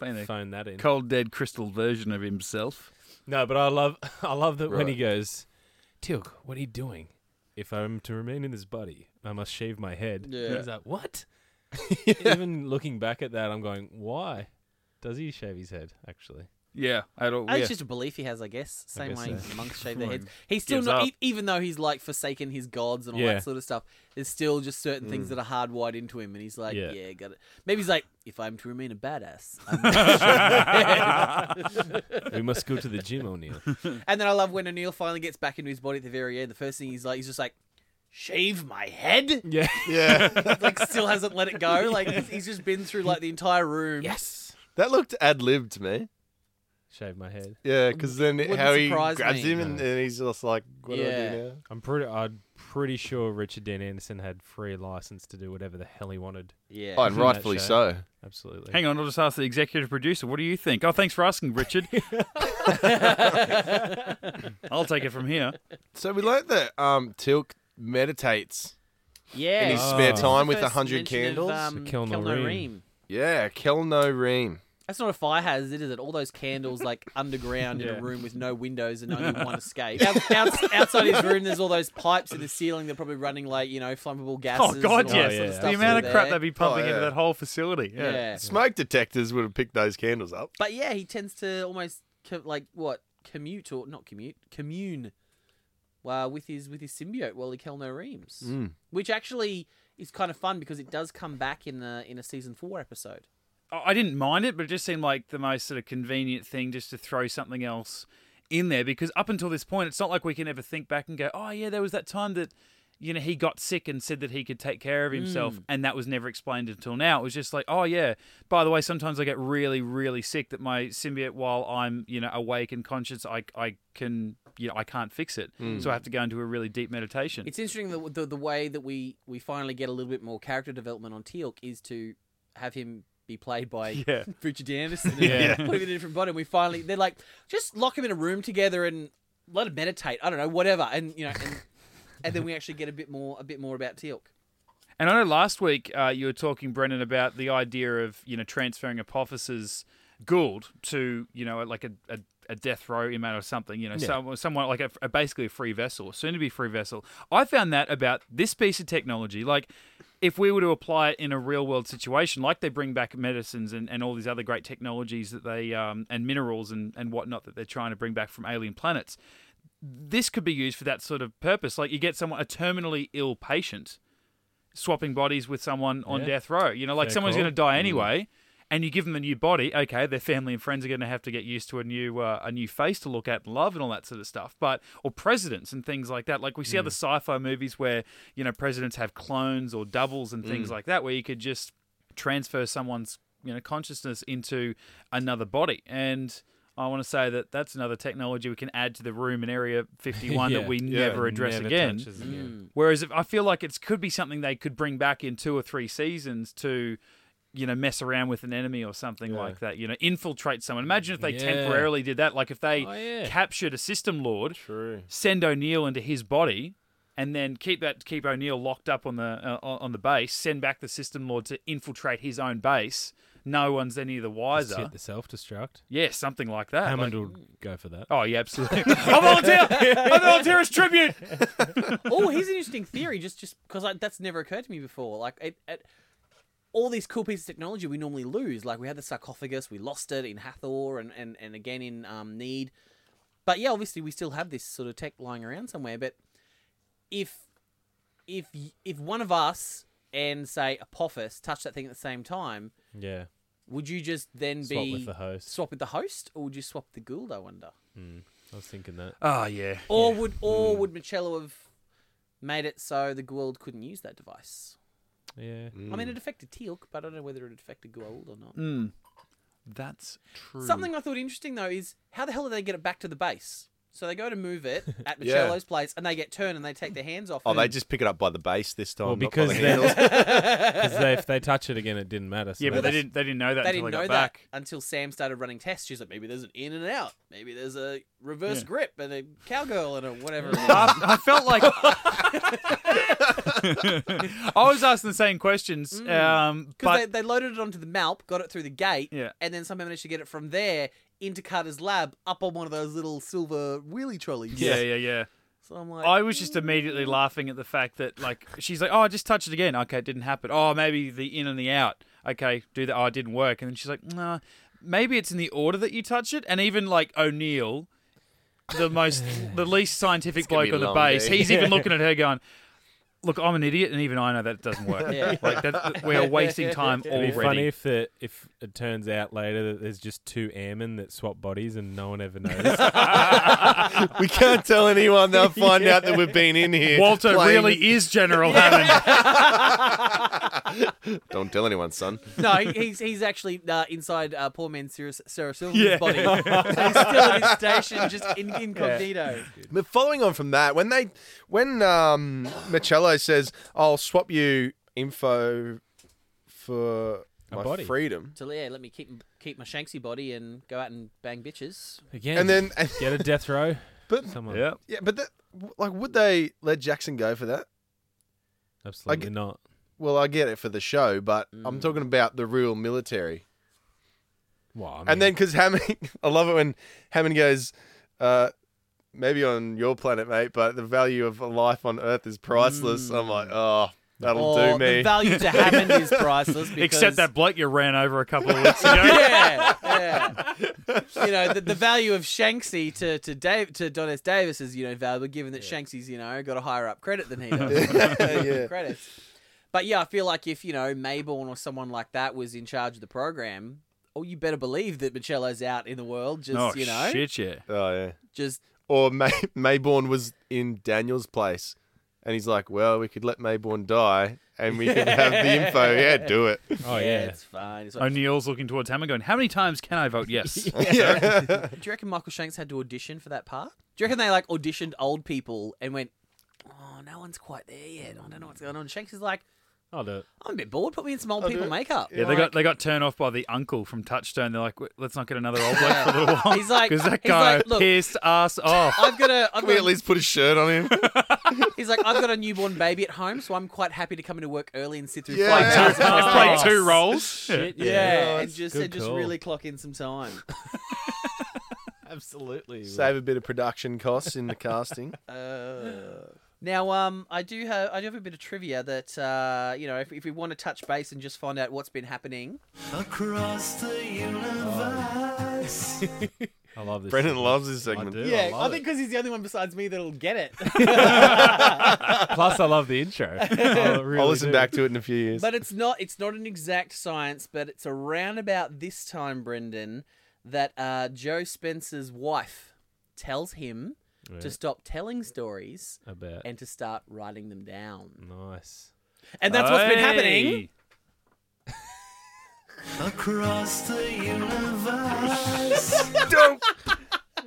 [SPEAKER 4] Playing a
[SPEAKER 2] Phone that in.
[SPEAKER 4] cold, dead crystal version of himself.
[SPEAKER 2] No, but I love I love that when he goes, Tilk, what are you doing? If I'm to remain in this body, I must shave my head.
[SPEAKER 1] Yeah.
[SPEAKER 2] He's like, what? Even looking back at that, I'm going, why does he shave his head? Actually,
[SPEAKER 4] Yeah. I don't.
[SPEAKER 1] It's
[SPEAKER 4] yeah.
[SPEAKER 1] just a belief he has, I guess. Same
[SPEAKER 2] guess
[SPEAKER 1] way
[SPEAKER 2] so.
[SPEAKER 1] monks shave their
[SPEAKER 4] Come
[SPEAKER 1] heads.
[SPEAKER 4] on.
[SPEAKER 1] He's still
[SPEAKER 4] Gives
[SPEAKER 1] not,
[SPEAKER 4] up.
[SPEAKER 1] e- even though he's like forsaken his gods and all
[SPEAKER 2] Yeah.
[SPEAKER 1] that sort of stuff. There's still just certain things that are hardwired into him, and he's like,
[SPEAKER 2] Yeah.
[SPEAKER 1] yeah, got it. Maybe he's like, if I'm to remain a badass, Um, I must shave my head."
[SPEAKER 2] we must go to the gym, O'Neill.
[SPEAKER 1] And then I love when O'Neill finally gets back into his body at the very end. The first thing he's like, he's just like, shave my head?
[SPEAKER 2] Yeah.
[SPEAKER 3] Yeah,
[SPEAKER 1] Like, still hasn't let it go. Like, he's, he's just been through like the entire room.
[SPEAKER 2] Yes.
[SPEAKER 3] that looked ad lib to me.
[SPEAKER 2] shave my head.
[SPEAKER 3] Yeah, because then
[SPEAKER 1] Wouldn't
[SPEAKER 3] how he
[SPEAKER 1] surprise
[SPEAKER 3] grabs
[SPEAKER 1] me.
[SPEAKER 3] him and,
[SPEAKER 2] No.
[SPEAKER 3] and he's just like, what do I
[SPEAKER 1] Yeah.
[SPEAKER 3] do now? Oh,
[SPEAKER 2] I'm pretty. I'm pretty sure Richard Dean Anderson had free license to do whatever the hell he wanted.
[SPEAKER 1] Yeah.
[SPEAKER 3] Oh, and
[SPEAKER 2] that
[SPEAKER 3] rightfully
[SPEAKER 2] show.
[SPEAKER 3] so.
[SPEAKER 2] Absolutely.
[SPEAKER 4] Hang on, I'll just ask the executive producer. What do you think? Oh, thanks for asking, Richard. I'll take it from here.
[SPEAKER 3] So we learnt that um, Tilk meditates.
[SPEAKER 1] yeah.
[SPEAKER 3] in his
[SPEAKER 2] spare
[SPEAKER 1] This is
[SPEAKER 3] time with
[SPEAKER 1] first
[SPEAKER 3] 100
[SPEAKER 1] mention of,
[SPEAKER 3] candles?
[SPEAKER 1] um,
[SPEAKER 2] The Kilno
[SPEAKER 1] Kilno
[SPEAKER 2] Ream.
[SPEAKER 1] Ream.
[SPEAKER 3] Yeah, Kelno Ream.
[SPEAKER 1] That's not a fire hazard, is it? All those candles like underground in
[SPEAKER 2] Yeah.
[SPEAKER 1] a room with no windows and only one escape. Out, outs- outside his room, there's all those pipes in the ceiling. They're probably running like you know flammable gases.
[SPEAKER 4] Oh God,
[SPEAKER 1] and all that
[SPEAKER 4] yes!
[SPEAKER 1] sort of
[SPEAKER 2] yeah.
[SPEAKER 1] stuff
[SPEAKER 4] the amount
[SPEAKER 1] through
[SPEAKER 4] of crap
[SPEAKER 1] there.
[SPEAKER 4] they'd be pumping
[SPEAKER 3] Oh,
[SPEAKER 4] into
[SPEAKER 3] yeah.
[SPEAKER 4] that whole facility. Yeah.
[SPEAKER 1] yeah.
[SPEAKER 3] Smoke detectors would have picked those candles up.
[SPEAKER 1] But yeah, he tends to almost co- like what commute or not commute commune uh, with his with his symbiote Wally Kelno Reams, which actually is kind of fun because it does come back in a in a season four episode.
[SPEAKER 4] I I didn't mind it, but it just seemed like the most sort of convenient thing just to throw something else in there because up until this point, it's not like we can ever think back and go, oh, yeah, there was that time that, you know, he got sick and said that he could take care of himself, and that was never explained until now. It was just like, oh, yeah, by the way, sometimes I get really, really sick that my symbiote, while I'm, you know, awake and conscious, I, I can, you know, I can't fix it. So I have to go into a really deep meditation.
[SPEAKER 1] It's interesting the, the the way that we we finally get a little bit more character development on Teal'c is to have him be played by
[SPEAKER 4] Yeah.
[SPEAKER 1] Richard Dean Anderson. And
[SPEAKER 2] Yeah.
[SPEAKER 1] Put him in a different body, and we finally they're like, just lock him in a room together and let him meditate. I don't know, whatever, and you know, and, and then we actually get a bit more a bit more about Teal'c.
[SPEAKER 4] And I know last week uh, you were talking, Brendan, about the idea of you know transferring Apophis' Gould to you know like a, a, a death row inmate or something. You know, some, someone like a, a basically a free vessel, soon to be free vessel. I found that about this piece of technology, like. If we were to apply it in a real world situation, like they bring back medicines and, and all these other great technologies that they, um, and minerals and, and whatnot that they're trying to bring back from alien planets, this could be used for that sort of purpose. Like you get someone, a terminally ill patient, swapping bodies with someone on
[SPEAKER 2] Yeah.
[SPEAKER 4] death row. You know, like
[SPEAKER 2] Fair
[SPEAKER 4] someone's
[SPEAKER 2] call.
[SPEAKER 4] going to die anyway, and you give them a new body. Okay, their family and friends are going to have to get used to a new uh, a new face to look at and love and all that sort of stuff. But or presidents and things like that. Like we see
[SPEAKER 2] Mm.
[SPEAKER 4] other sci-fi movies where you know presidents have clones or doubles and
[SPEAKER 2] Mm.
[SPEAKER 4] things like that, where you could just transfer someone's you know consciousness into another body and. I want to say that that's another technology we can add to the room in Area 51
[SPEAKER 2] Yeah.
[SPEAKER 4] that we
[SPEAKER 3] Yeah.
[SPEAKER 4] never address
[SPEAKER 2] Never
[SPEAKER 4] again.
[SPEAKER 2] touches again.
[SPEAKER 4] Whereas if, I feel like it could be something they could bring back in two or three seasons to, you know, mess around with an enemy or something like that. You know, infiltrate someone. Imagine if they
[SPEAKER 2] Yeah.
[SPEAKER 4] temporarily did that. Like if they
[SPEAKER 2] Oh, yeah.
[SPEAKER 4] captured a system lord,
[SPEAKER 3] True.
[SPEAKER 4] send O'Neill into his body, and then keep that keep O'Neill locked up on the uh, on the base. Send back the system lord to infiltrate his own base. No one's any the
[SPEAKER 2] Just
[SPEAKER 4] wiser.
[SPEAKER 2] hit the self destruct.
[SPEAKER 4] Yeah, something like that.
[SPEAKER 2] Hammond
[SPEAKER 4] Like-
[SPEAKER 2] will go for that.
[SPEAKER 4] oh yeah, absolutely. I volunteer. I volunteer as tribute.
[SPEAKER 1] oh, here's an interesting theory. Just just because that's never occurred to me before. Like it, it, all these cool pieces of technology we normally lose. Like we had the sarcophagus, we lost it in Hathor, and and and again in um, Need. But yeah, obviously we still have this sort of tech lying around somewhere. But if if y- if one of us and say Apophis touch that thing at the same time,
[SPEAKER 2] Yeah.
[SPEAKER 1] would you just then
[SPEAKER 2] Swap
[SPEAKER 1] be
[SPEAKER 2] with the host.
[SPEAKER 1] swap with the host, or would you swap the Gould? I wonder.
[SPEAKER 2] I was thinking that.
[SPEAKER 4] Oh yeah.
[SPEAKER 1] Or would
[SPEAKER 3] Mm.
[SPEAKER 1] or would Michello have made it so the Gould couldn't use that device?
[SPEAKER 2] Yeah.
[SPEAKER 1] I
[SPEAKER 3] Mm.
[SPEAKER 1] mean, it affected Teal'c, but I don't know whether it affected Gould or not.
[SPEAKER 4] That's
[SPEAKER 3] Mm.
[SPEAKER 4] true.
[SPEAKER 1] Something I thought interesting though is how the hell did they get it back to the base? So they go to move it at
[SPEAKER 3] Yeah.
[SPEAKER 1] Michello's place, and they get turned and they take their hands off.
[SPEAKER 3] Oh,
[SPEAKER 1] it.
[SPEAKER 3] they just pick it up by the base this time.
[SPEAKER 2] Well,
[SPEAKER 3] not by
[SPEAKER 2] because
[SPEAKER 3] the
[SPEAKER 2] then,
[SPEAKER 3] handles.
[SPEAKER 2] because they, if they touch it again, it didn't matter. So
[SPEAKER 4] Yeah, but they
[SPEAKER 2] that's-
[SPEAKER 4] didn't. They didn't know that
[SPEAKER 1] they didn't
[SPEAKER 4] until they got
[SPEAKER 1] know that
[SPEAKER 4] back.
[SPEAKER 1] until Sam started running tests. She's like, maybe there's an in and out, maybe there's a reverse grip and a cowgirl and a whatever. it is."
[SPEAKER 4] I, I felt like I was asking the same questions, um,
[SPEAKER 1] Because
[SPEAKER 4] but
[SPEAKER 1] they, they loaded it onto the Malp, got it through the gate,
[SPEAKER 4] Yeah.
[SPEAKER 1] and then somehow managed to get it from there into Carter's lab up on one of those little silver wheelie trolleys.
[SPEAKER 4] yeah, yeah, yeah.
[SPEAKER 1] So I'm like,
[SPEAKER 4] I was just immediately laughing at the fact that like she's like, oh, I just touched it again. Okay, it didn't happen. Oh, maybe the in and the out. Okay, do that. Oh, it didn't work. And then she's like, nah, maybe it's in the order that you touch it. And even like O'Neill, the most, the least scientific
[SPEAKER 3] gonna
[SPEAKER 4] bloke
[SPEAKER 3] be
[SPEAKER 4] on
[SPEAKER 3] a
[SPEAKER 4] the
[SPEAKER 3] long
[SPEAKER 4] base,
[SPEAKER 3] day.
[SPEAKER 4] he's even looking at her going. Look, I'm an idiot, and even I know that doesn't work.
[SPEAKER 1] Yeah.
[SPEAKER 4] Like that, we are wasting time already.
[SPEAKER 2] It'd be funny if the if it turns out later that there's just two airmen that swap bodies and no one ever knows.
[SPEAKER 3] we can't tell anyone. They'll find out that we've been in here.
[SPEAKER 4] Walter
[SPEAKER 3] playing
[SPEAKER 4] really is General Hammond.
[SPEAKER 3] Don't tell anyone, son.
[SPEAKER 1] No, he- he's he's actually uh, inside uh, poor man Sarah, Sarah Silverman's
[SPEAKER 4] Yeah.
[SPEAKER 1] body. So he's still at his station, just in, incognito.
[SPEAKER 3] But following on from that, when they when um Michello says, "I'll swap you info for
[SPEAKER 2] A
[SPEAKER 3] my
[SPEAKER 2] body.
[SPEAKER 3] freedom,"
[SPEAKER 1] So yeah, let me keep keep my Shanksy body and go out and bang bitches.
[SPEAKER 2] Again.
[SPEAKER 3] and then
[SPEAKER 2] get a death row.
[SPEAKER 3] but
[SPEAKER 2] Someone.
[SPEAKER 4] Yeah.
[SPEAKER 3] yeah, but that, like, would they let Jackson go for that?
[SPEAKER 2] Absolutely
[SPEAKER 3] Like-
[SPEAKER 2] not.
[SPEAKER 3] Well, I get it for the show, but
[SPEAKER 2] Mm.
[SPEAKER 3] I'm talking about the real military.
[SPEAKER 2] Well, I mean,
[SPEAKER 3] And then because Hammond, I love it when Hammond goes, uh, maybe on your planet, mate, but the value of a life on Earth is priceless. I'm like, oh, that'll
[SPEAKER 1] or
[SPEAKER 3] do me.
[SPEAKER 1] The value to Hammond is priceless. Because,
[SPEAKER 4] Except that bloke you ran over a couple of weeks ago.
[SPEAKER 1] Yeah, yeah. you know the, the value of Shanksy to to Dave to Don S Davis is you know valuable given that Shanksy's you know got a higher up credit than he does.
[SPEAKER 3] yeah.
[SPEAKER 1] credits. But yeah, I feel like if you know Mayborn or someone like that was in charge of the program, oh, you better believe that Michello's out in the world. Just
[SPEAKER 4] Oh,
[SPEAKER 1] you know,
[SPEAKER 4] shit, yeah.
[SPEAKER 3] Oh yeah.
[SPEAKER 1] just
[SPEAKER 3] Or May- Mayborn was in Daniel's place, and he's like, well, we could let Mayborn die, and we could have the info. Yeah, do it.
[SPEAKER 2] oh
[SPEAKER 1] yeah,
[SPEAKER 2] yeah,
[SPEAKER 1] it's fine. It's like,
[SPEAKER 4] O'Neill's looking towards Hammer going, How many times can I vote yes?
[SPEAKER 1] do you reckon Michael Shanks had to audition for that part? Do you reckon they like auditioned old people and went, oh, no one's quite there yet. I don't know what's going on. Shanks is like,
[SPEAKER 2] I'll do it.
[SPEAKER 1] I'm a bit bored. Put me in some old
[SPEAKER 3] I'll do
[SPEAKER 1] people
[SPEAKER 3] it.
[SPEAKER 1] makeup.
[SPEAKER 4] Yeah, they got they got turned off by the uncle from Touchstone. They're like, "W- let's not get another old bloke for a little while.
[SPEAKER 1] He's like-
[SPEAKER 4] because that
[SPEAKER 1] he's
[SPEAKER 4] guy
[SPEAKER 1] like, "Look."
[SPEAKER 4] pissed us off.
[SPEAKER 1] I've got a. I've
[SPEAKER 3] Can we
[SPEAKER 1] got
[SPEAKER 3] at
[SPEAKER 1] a
[SPEAKER 3] least put a shirt on him?
[SPEAKER 1] he's like, I've got a newborn baby at home, so I'm quite happy to come into work early and sit through
[SPEAKER 3] Yeah.
[SPEAKER 1] five
[SPEAKER 3] Play
[SPEAKER 1] hours of
[SPEAKER 4] He's played
[SPEAKER 1] class."
[SPEAKER 4] two roles.
[SPEAKER 2] Shit, yeah.
[SPEAKER 1] Yeah, and
[SPEAKER 3] that's
[SPEAKER 1] just
[SPEAKER 2] good
[SPEAKER 1] and just
[SPEAKER 2] call.
[SPEAKER 1] really clock in some time.
[SPEAKER 2] Absolutely.
[SPEAKER 3] Save a bit of production costs in the casting.
[SPEAKER 1] now, um, I do have I do have a bit of trivia that uh, you know, if, if we want to touch base and just find out what's been happening.
[SPEAKER 5] Across the universe.
[SPEAKER 2] I love this.
[SPEAKER 3] Brendan
[SPEAKER 2] segment.
[SPEAKER 3] loves this
[SPEAKER 2] I
[SPEAKER 3] segment.
[SPEAKER 2] do. I,
[SPEAKER 1] Oh, I
[SPEAKER 2] love
[SPEAKER 1] think
[SPEAKER 2] it.
[SPEAKER 1] because he's the only one besides me that'll get it.
[SPEAKER 2] Plus, I love the intro. I really
[SPEAKER 3] I'll listen
[SPEAKER 2] do.
[SPEAKER 3] back to it in a few years.
[SPEAKER 1] but it's not it's not an exact science, but it's around about this time, Brendan, that uh, Joe Spencer's wife tells him
[SPEAKER 2] Yeah,
[SPEAKER 1] to stop telling stories
[SPEAKER 2] I bet.
[SPEAKER 1] and to start writing them down,
[SPEAKER 2] Nice.
[SPEAKER 1] and that's what's been happening.
[SPEAKER 4] Mm. Hey.
[SPEAKER 5] Across the universe.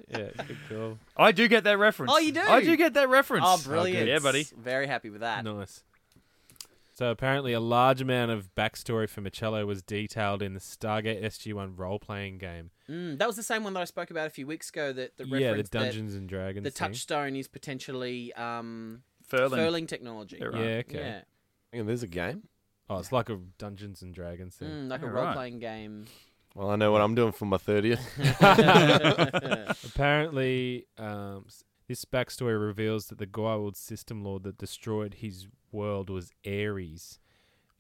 [SPEAKER 2] Yeah, good call.
[SPEAKER 4] I do get that reference.
[SPEAKER 1] Oh, you do?
[SPEAKER 4] I do get that reference.
[SPEAKER 1] Oh, brilliant!
[SPEAKER 4] Yeah, buddy.
[SPEAKER 1] Very happy with that.
[SPEAKER 2] Nice. So apparently, a large amount of backstory for Michello was detailed in the Stargate SG-1 role-playing game.
[SPEAKER 1] Mm, that was the same one that I spoke about a few weeks ago. That the
[SPEAKER 2] yeah, the
[SPEAKER 1] reference that
[SPEAKER 2] Dungeons and Dragons.
[SPEAKER 1] the
[SPEAKER 2] thing.
[SPEAKER 1] touchstone is potentially um,
[SPEAKER 4] Furling.
[SPEAKER 1] furling technology.
[SPEAKER 4] Yeah, right.
[SPEAKER 2] Yeah. Okay.
[SPEAKER 1] Yeah,
[SPEAKER 3] Hang on, there's a game.
[SPEAKER 2] Oh, it's like a Dungeons and Dragons thing.
[SPEAKER 1] Mm, like a
[SPEAKER 4] Yeah, right.
[SPEAKER 1] role playing game.
[SPEAKER 3] Well, I know what I'm doing for my 30th.
[SPEAKER 2] Apparently, um, s- this backstory reveals that the Goa'uld system lord that destroyed his world was Ares.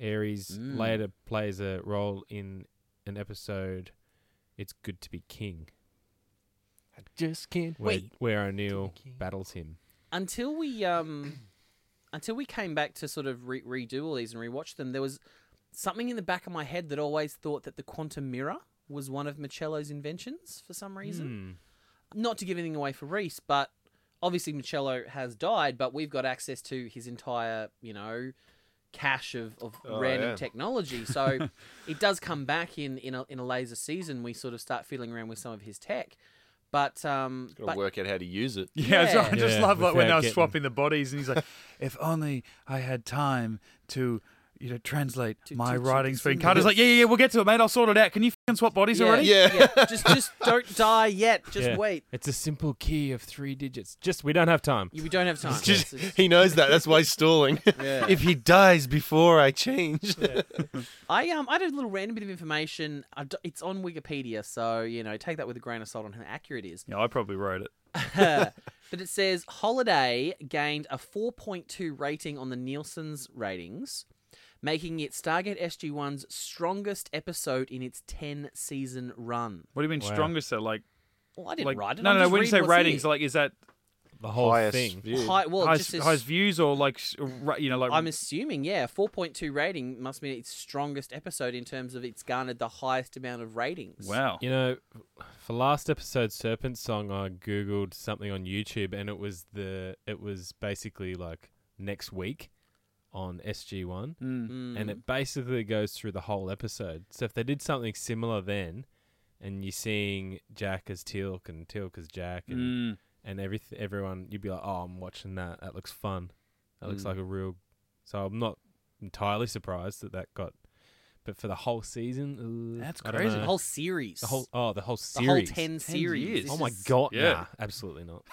[SPEAKER 2] Ares
[SPEAKER 1] Mm.
[SPEAKER 2] later plays a role in an episode. It's good to be king.
[SPEAKER 3] I just can't.
[SPEAKER 2] Where,
[SPEAKER 1] Wait.
[SPEAKER 2] where O'Neill
[SPEAKER 3] king.
[SPEAKER 2] battles him.
[SPEAKER 1] until we um, until we came back to sort of re- redo all these and rewatch them, there was something in the back of my head that always thought that the quantum mirror was one of Michello's inventions for some reason.
[SPEAKER 3] Hmm.
[SPEAKER 1] not to give anything away for Reese, but obviously Michello has died, but we've got access to his entire, you know, cache of, of
[SPEAKER 3] Oh,
[SPEAKER 1] random
[SPEAKER 3] yeah.
[SPEAKER 1] technology. So it does come back in in a, in a laser season. We sort of start fiddling around with some of his tech, but um,
[SPEAKER 3] Gotta
[SPEAKER 1] but
[SPEAKER 3] work out how to use it.
[SPEAKER 4] Yeah, so I
[SPEAKER 1] Yeah.
[SPEAKER 4] just
[SPEAKER 2] Yeah,
[SPEAKER 4] love like when they
[SPEAKER 2] without
[SPEAKER 4] were
[SPEAKER 2] getting-
[SPEAKER 4] swapping the bodies, and he's like, "If only I had time to, you know, translate my
[SPEAKER 1] teach you
[SPEAKER 4] writings."
[SPEAKER 1] the
[SPEAKER 4] For him." Carter's like, "Yeah, yeah, yeah, we'll get to it, mate. I'll sort it out. Can you fucking swap bodies
[SPEAKER 1] yeah,
[SPEAKER 4] already?"
[SPEAKER 3] Yeah.
[SPEAKER 1] just just don't die yet. Just
[SPEAKER 2] Yeah.
[SPEAKER 1] wait.
[SPEAKER 2] It's a simple key of three digits. Just we don't have time.
[SPEAKER 1] You- We don't have time.
[SPEAKER 3] Just-
[SPEAKER 1] It's-
[SPEAKER 3] he knows that. That's why he's stalling.
[SPEAKER 1] Yeah.
[SPEAKER 3] If he dies before I change,
[SPEAKER 1] I um I did a little random bit of information. I d- It's on Wikipedia, so you know take that with a grain of salt on how accurate it is.
[SPEAKER 4] Yeah, I probably wrote it.
[SPEAKER 1] but it says Holiday gained a 4.2 rating on the Nielsen's ratings, making it Stargate SG 1's strongest episode in its 10 season run.
[SPEAKER 4] What do you mean
[SPEAKER 2] Wow.
[SPEAKER 4] strongest? though? Like,
[SPEAKER 1] Well, I didn't
[SPEAKER 4] like
[SPEAKER 1] write it.
[SPEAKER 4] no,
[SPEAKER 1] I'm
[SPEAKER 4] no, no.
[SPEAKER 1] just
[SPEAKER 4] When you say
[SPEAKER 1] reading what's
[SPEAKER 4] ratings,
[SPEAKER 1] here.
[SPEAKER 4] like, is that
[SPEAKER 2] The whole thing.
[SPEAKER 1] High, well, it
[SPEAKER 4] highest,
[SPEAKER 1] just says,
[SPEAKER 4] highest views or like, s- ra- you know, like
[SPEAKER 1] I'm assuming, yeah, 4.2 rating must mean its strongest episode in terms of it's garnered the highest amount of ratings.
[SPEAKER 4] wow?
[SPEAKER 2] You know, for last episode's Serpent Song, I googled something on YouTube, and it was the it was basically like next week on SG1,
[SPEAKER 4] Hmm.
[SPEAKER 2] and it basically goes through the whole episode. So if they did something similar then, and you're seeing Jack as Teal'c and Teal'c as Jack and
[SPEAKER 4] Mm.
[SPEAKER 2] and every everyone you'd be like, oh, I'm watching that. That looks fun. That
[SPEAKER 4] Hmm.
[SPEAKER 2] looks like a real. So I'm not entirely surprised that that got. But for the whole season,
[SPEAKER 4] That's
[SPEAKER 2] I don't
[SPEAKER 4] crazy.
[SPEAKER 2] know.
[SPEAKER 1] The whole series.
[SPEAKER 2] The whole oh the whole
[SPEAKER 1] the whole
[SPEAKER 2] series.
[SPEAKER 1] 10 series.
[SPEAKER 4] years.
[SPEAKER 1] This
[SPEAKER 2] Oh my
[SPEAKER 1] is-
[SPEAKER 2] god!
[SPEAKER 4] Yeah.
[SPEAKER 2] Nah, absolutely not.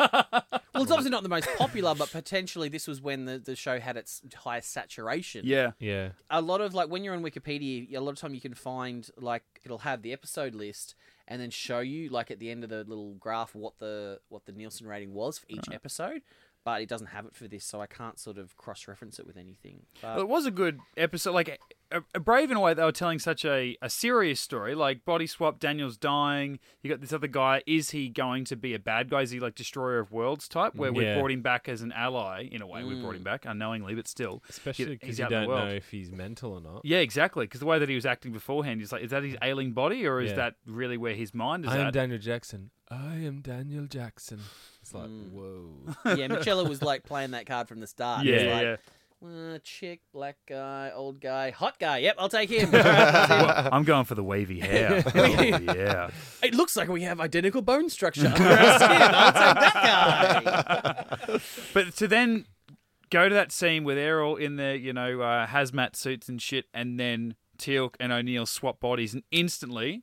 [SPEAKER 1] Well, it's obviously not the most popular, but potentially this was when the, the show had its highest saturation.
[SPEAKER 4] Yeah.
[SPEAKER 2] Yeah,
[SPEAKER 1] a lot of like when you're on Wikipedia, a lot of time you can find like it'll have the episode list and then show you like at the end of the little graph what the what the Nielsen rating was for each episode, but it doesn't have it for this, so I can't sort of cross reference it with anything. But
[SPEAKER 4] Well, it was a good episode. Like, a, a brave in a way, they were telling such a, a serious story. Like, body swap, Daniel's dying. You got this other guy. Is he going to be a bad guy? Is he like destroyer of worlds type? Where we
[SPEAKER 2] Yeah.
[SPEAKER 4] brought him back as an ally, in a way. We brought him
[SPEAKER 1] Mm.
[SPEAKER 4] back unknowingly, but still.
[SPEAKER 2] especially
[SPEAKER 4] He-
[SPEAKER 2] because
[SPEAKER 4] he's
[SPEAKER 2] you
[SPEAKER 4] out in the
[SPEAKER 2] don't know
[SPEAKER 4] world.
[SPEAKER 2] if he's mental or not.
[SPEAKER 4] Yeah, exactly. Because the way that he was acting beforehand is like, is that his ailing body or is
[SPEAKER 2] Yeah.
[SPEAKER 4] that really where his mind is
[SPEAKER 2] I am
[SPEAKER 4] at?
[SPEAKER 2] Daniel Jackson. I am Daniel Jackson. It's like
[SPEAKER 4] Mm.
[SPEAKER 2] whoa.
[SPEAKER 1] yeah, Michella was like playing that card from the start. It
[SPEAKER 4] yeah,
[SPEAKER 1] was
[SPEAKER 4] yeah.
[SPEAKER 1] like, "Uh, chick, black guy, old guy, hot guy. Yep, I'll take him. All right, that's it.
[SPEAKER 4] Well, I'm going for the wavy hair. Oh, yeah.
[SPEAKER 1] it looks like we have identical bone structure. under our skin. I'll take that guy.
[SPEAKER 4] But to then go to that scene where they're all in their, you know, uh, hazmat suits and shit, and then Teal'c and O'Neill swap bodies, and instantly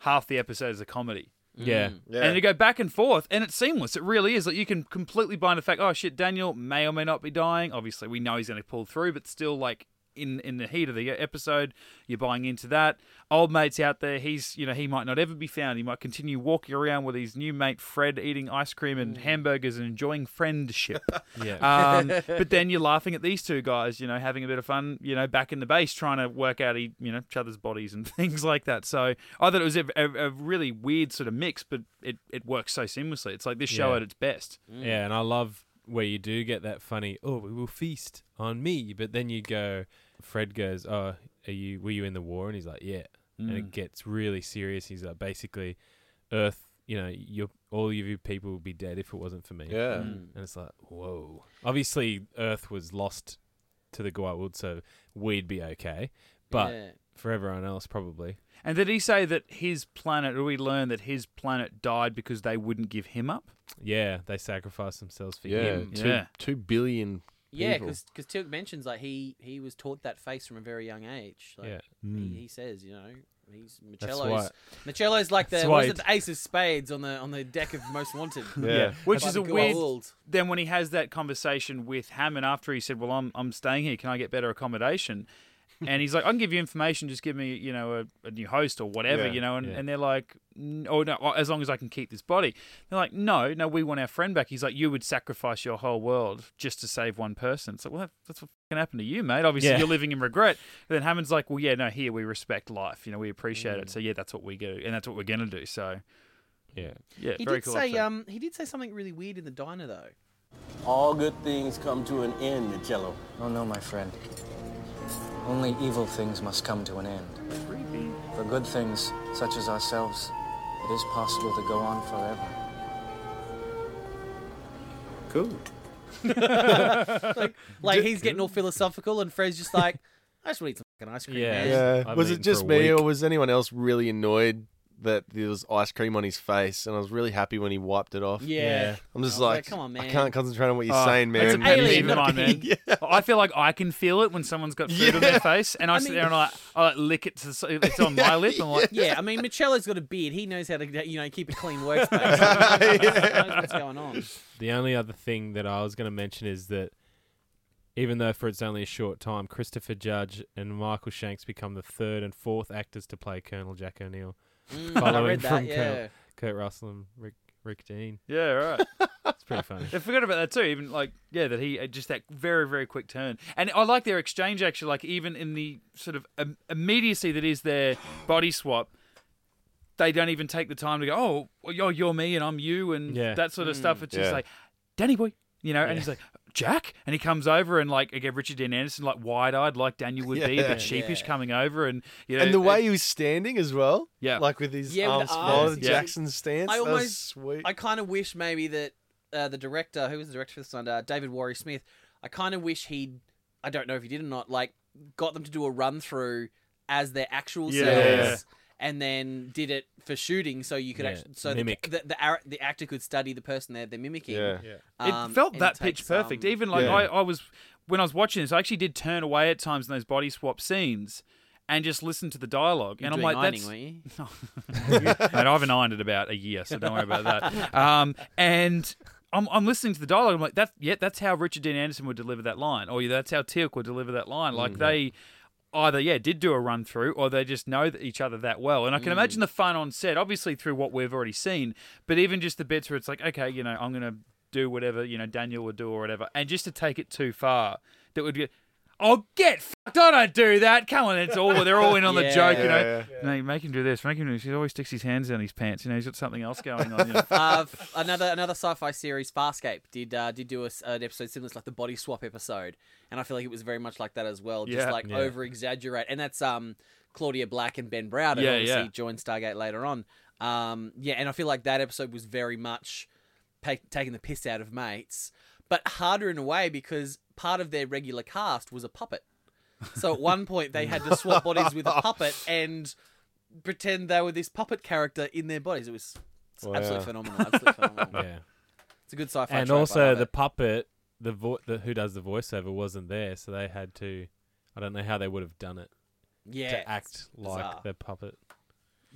[SPEAKER 4] half the episode is a comedy.
[SPEAKER 2] yeah,
[SPEAKER 3] Yeah.
[SPEAKER 4] And you go back and forth, and it's seamless. It really is. Like you can completely buy into the fact, oh shit, Daniel may or may not be dying. Obviously, we know he's going to pull through, but still, like in in the heat of the e-, episode, you're buying into that. Old mate's out there. He's you know he might not ever be found. He might continue walking around with his new mate Fred, eating ice cream and hamburgers and enjoying friendship.
[SPEAKER 2] yeah.
[SPEAKER 4] Um, but then you're laughing at these two guys, you know, having a bit of fun, you know, back in the base trying to work out, e- you know, each other's bodies and things like that. So I thought it was a, a, a really weird sort of mix, but it, it works so seamlessly. It's like this show
[SPEAKER 2] Yeah.
[SPEAKER 4] at its best.
[SPEAKER 2] Yeah, and I love where you do get that funny, oh, we will feast on me, but then you go, Fred goes, oh, are you were you in the war? And he's like, yeah, and
[SPEAKER 4] Mm.
[SPEAKER 2] it gets really serious. He's like, basically, Earth, you know, your all of you people would be dead if it wasn't for me.
[SPEAKER 3] Yeah.
[SPEAKER 1] Mm.
[SPEAKER 2] and it's like, whoa. Obviously, Earth was lost to the Gwaiwuld, so we'd be okay, but
[SPEAKER 1] Yeah.
[SPEAKER 2] for everyone else, probably.
[SPEAKER 4] And did he say that his planet, or we learned that his planet died because they wouldn't give him up?
[SPEAKER 2] Yeah, they sacrificed themselves for
[SPEAKER 3] Yeah,
[SPEAKER 2] him.
[SPEAKER 3] two,
[SPEAKER 4] Yeah.
[SPEAKER 3] two billion.
[SPEAKER 1] Yeah,
[SPEAKER 3] people.
[SPEAKER 1] because Tilk mentions like he he was taught that face from a very young age. Like,
[SPEAKER 2] Yeah.
[SPEAKER 1] he, he says, you know, he's
[SPEAKER 2] That's
[SPEAKER 1] Michello's.
[SPEAKER 2] why-
[SPEAKER 1] Michello's like the
[SPEAKER 2] That's
[SPEAKER 1] what
[SPEAKER 2] why
[SPEAKER 1] is it, the ace of spades on the on the deck of Most Wanted.
[SPEAKER 3] Yeah.
[SPEAKER 4] Which
[SPEAKER 1] By
[SPEAKER 4] is
[SPEAKER 1] the
[SPEAKER 4] a weird.
[SPEAKER 1] Goa'uld.
[SPEAKER 4] Then when he has that conversation with Hammond after he said, "Well, I'm I'm staying here. Can I get better accommodation?" and he's like, "I can give you information. Just give me, you know, a, a new host or whatever,
[SPEAKER 3] Yeah,
[SPEAKER 4] you know." And,
[SPEAKER 2] yeah.
[SPEAKER 4] and they're like, "N- "Oh no, as long as I can keep this body." They're like, "No, no, we want our friend back." He's like, "You would sacrifice your whole world just to save one person." It's like, "Well, that, that's what fucking happened to you, mate. Obviously,
[SPEAKER 2] Yeah.
[SPEAKER 4] you're living in regret." And then Hammond's like, "Well, yeah, no, here we respect life. You know, we appreciate
[SPEAKER 3] Mm.
[SPEAKER 4] it. So yeah, that's what we do, and that's what we're gonna do." So
[SPEAKER 2] Yeah.
[SPEAKER 4] yeah,
[SPEAKER 1] He
[SPEAKER 4] very
[SPEAKER 1] did
[SPEAKER 4] cool.
[SPEAKER 1] say
[SPEAKER 4] episode.
[SPEAKER 1] um he did say something really weird in the diner though.
[SPEAKER 6] All good things come to an end, Michello.
[SPEAKER 7] Oh no, my friend. Only evil things must come to an end. For good things, such as ourselves, it is possible to go on forever.
[SPEAKER 1] Like he's getting all philosophical, and Fred's just like, I just want to eat some fucking ice cream.
[SPEAKER 2] Yeah.
[SPEAKER 1] man."
[SPEAKER 2] Yeah. I've
[SPEAKER 3] Was it
[SPEAKER 2] eaten for a
[SPEAKER 3] just me,
[SPEAKER 2] week.
[SPEAKER 3] or was anyone else really annoyed that there was ice cream on his face? And I was really happy when he wiped it off.
[SPEAKER 1] Yeah.
[SPEAKER 3] I'm just
[SPEAKER 1] I was
[SPEAKER 3] like,
[SPEAKER 1] like, "Come on,
[SPEAKER 3] I
[SPEAKER 1] man."
[SPEAKER 3] can't concentrate on what you're
[SPEAKER 4] Oh,
[SPEAKER 3] saying,
[SPEAKER 4] That's a
[SPEAKER 3] man.
[SPEAKER 4] pet
[SPEAKER 1] Alien,
[SPEAKER 4] peeve of
[SPEAKER 1] not
[SPEAKER 4] mine, man. I feel like I can feel it when someone's got food on their face, and I, sit there and I, I like lick it to the, side- it's on my lip. I'm like,
[SPEAKER 1] Yeah, I mean, Michello's got a beard. He knows how to, you know, keep a clean workspace. He knows what's going on?
[SPEAKER 2] The only other thing that I was going to mention is that even though for it's only a short time, Christopher Judge and Michael Shanks become the third and fourth actors to play Colonel Jack O'Neill,
[SPEAKER 1] Mm, I read
[SPEAKER 2] following
[SPEAKER 1] that.
[SPEAKER 2] from
[SPEAKER 1] yeah.
[SPEAKER 2] Colonel Kurt Russell and Rick Rick Dean.
[SPEAKER 4] yeah, right.
[SPEAKER 2] It's pretty funny.
[SPEAKER 4] I forgot about that too. Even like, yeah, that he uh, just that very very quick turn, and I like their exchange actually. Like even in the sort of im- immediacy that is their body swap. They don't even take the time to go, oh, well, you're, you're me and I'm you and
[SPEAKER 2] Yeah.
[SPEAKER 4] that sort of stuff. It's just
[SPEAKER 3] Yeah.
[SPEAKER 4] like, Danny boy, you know, and he's like, Jack? And he comes over and like, again, Richard Dean Anderson, like wide eyed, like Daniel would be, a
[SPEAKER 3] Yeah.
[SPEAKER 4] bit sheepish coming over and, you know.
[SPEAKER 3] And the
[SPEAKER 4] it-
[SPEAKER 3] way he was standing as well,
[SPEAKER 4] Yeah.
[SPEAKER 3] like with his
[SPEAKER 1] Yeah, with
[SPEAKER 3] arms
[SPEAKER 1] the
[SPEAKER 3] folded,
[SPEAKER 1] arms,
[SPEAKER 4] yeah.
[SPEAKER 3] Jackson stance.
[SPEAKER 1] I
[SPEAKER 3] that was
[SPEAKER 1] almost-
[SPEAKER 3] sweet.
[SPEAKER 1] I kind of wish maybe that uh, the director, who was the director for this one, uh, David Warry Smith, I kind of wish he'd I don't know if he did or not, like got them to do a run through as their actual
[SPEAKER 4] Yeah.
[SPEAKER 1] selves, and then did it for shooting, so you could
[SPEAKER 2] Yeah,
[SPEAKER 1] actually so
[SPEAKER 2] mimic.
[SPEAKER 1] The, the the ar- the actor could study the person they're, they're mimicking.
[SPEAKER 3] Yeah.
[SPEAKER 4] it
[SPEAKER 1] Um,
[SPEAKER 4] felt
[SPEAKER 1] and
[SPEAKER 4] that
[SPEAKER 1] takes,
[SPEAKER 4] pitch perfect.
[SPEAKER 1] um,
[SPEAKER 4] Even like
[SPEAKER 3] Yeah.
[SPEAKER 4] I, I was when I was watching this, I actually did turn away at times in those body swap scenes and just listen to the dialogue.
[SPEAKER 1] you
[SPEAKER 4] and
[SPEAKER 1] were
[SPEAKER 4] I'm
[SPEAKER 1] doing
[SPEAKER 4] like,
[SPEAKER 1] ironing,
[SPEAKER 4] that's
[SPEAKER 1] weren't you?
[SPEAKER 4] Mate, I haven't ironed it about a year, so don't worry about that. Um, and I'm, I'm listening to the dialogue. I'm like, that's yeah, that's how Richard Dean Anderson would deliver that line, or yeah, that's how Teal'c would deliver that line.
[SPEAKER 1] Mm.
[SPEAKER 4] Like they either yeah did do a run through, or they just know each other that well. And I can imagine the fun on set, obviously through what we've already seen, but even just the bits where it's like, okay, you know, I'm gonna do whatever you know Daniel would do or whatever, and just to take it too far, that would be. Oh, get fucked! I don't do that. Come on, it's all they're all in on the
[SPEAKER 1] Yeah.
[SPEAKER 4] joke, you know.
[SPEAKER 3] Yeah, yeah.
[SPEAKER 4] No, you make him do this. Make him do this. He always sticks his hands down his pants. You know, he's got something else going on. You know.
[SPEAKER 1] uh, f- another another sci-fi series, Farscape, did uh, did do a, s- an episode similar to like the body swap episode, and I feel like it was very much like that as well, just
[SPEAKER 4] Yeah.
[SPEAKER 1] like
[SPEAKER 2] Yeah.
[SPEAKER 1] over exaggerate, and that's um Claudia Black and Ben Browder,
[SPEAKER 4] Yeah,
[SPEAKER 1] obviously
[SPEAKER 4] yeah.
[SPEAKER 1] joined Stargate later on, um yeah, and I feel like that episode was very much pa- taking the piss out of mates, but harder in a way because part of their regular cast was a puppet, so at one point they had to swap bodies with a puppet and pretend they were this puppet character in their bodies. It was it's absolutely
[SPEAKER 3] Wow.
[SPEAKER 1] phenomenal. Absolutely phenomenal.
[SPEAKER 2] yeah.
[SPEAKER 1] It's a good sci-fi.
[SPEAKER 2] and
[SPEAKER 1] trope, I
[SPEAKER 2] also
[SPEAKER 1] love
[SPEAKER 2] the
[SPEAKER 1] it.
[SPEAKER 2] puppet, the, vo- the who does the voiceover wasn't there, so they had to. I don't know how they would have done it
[SPEAKER 1] yeah,
[SPEAKER 2] to act
[SPEAKER 1] bizarre.
[SPEAKER 2] like the puppet.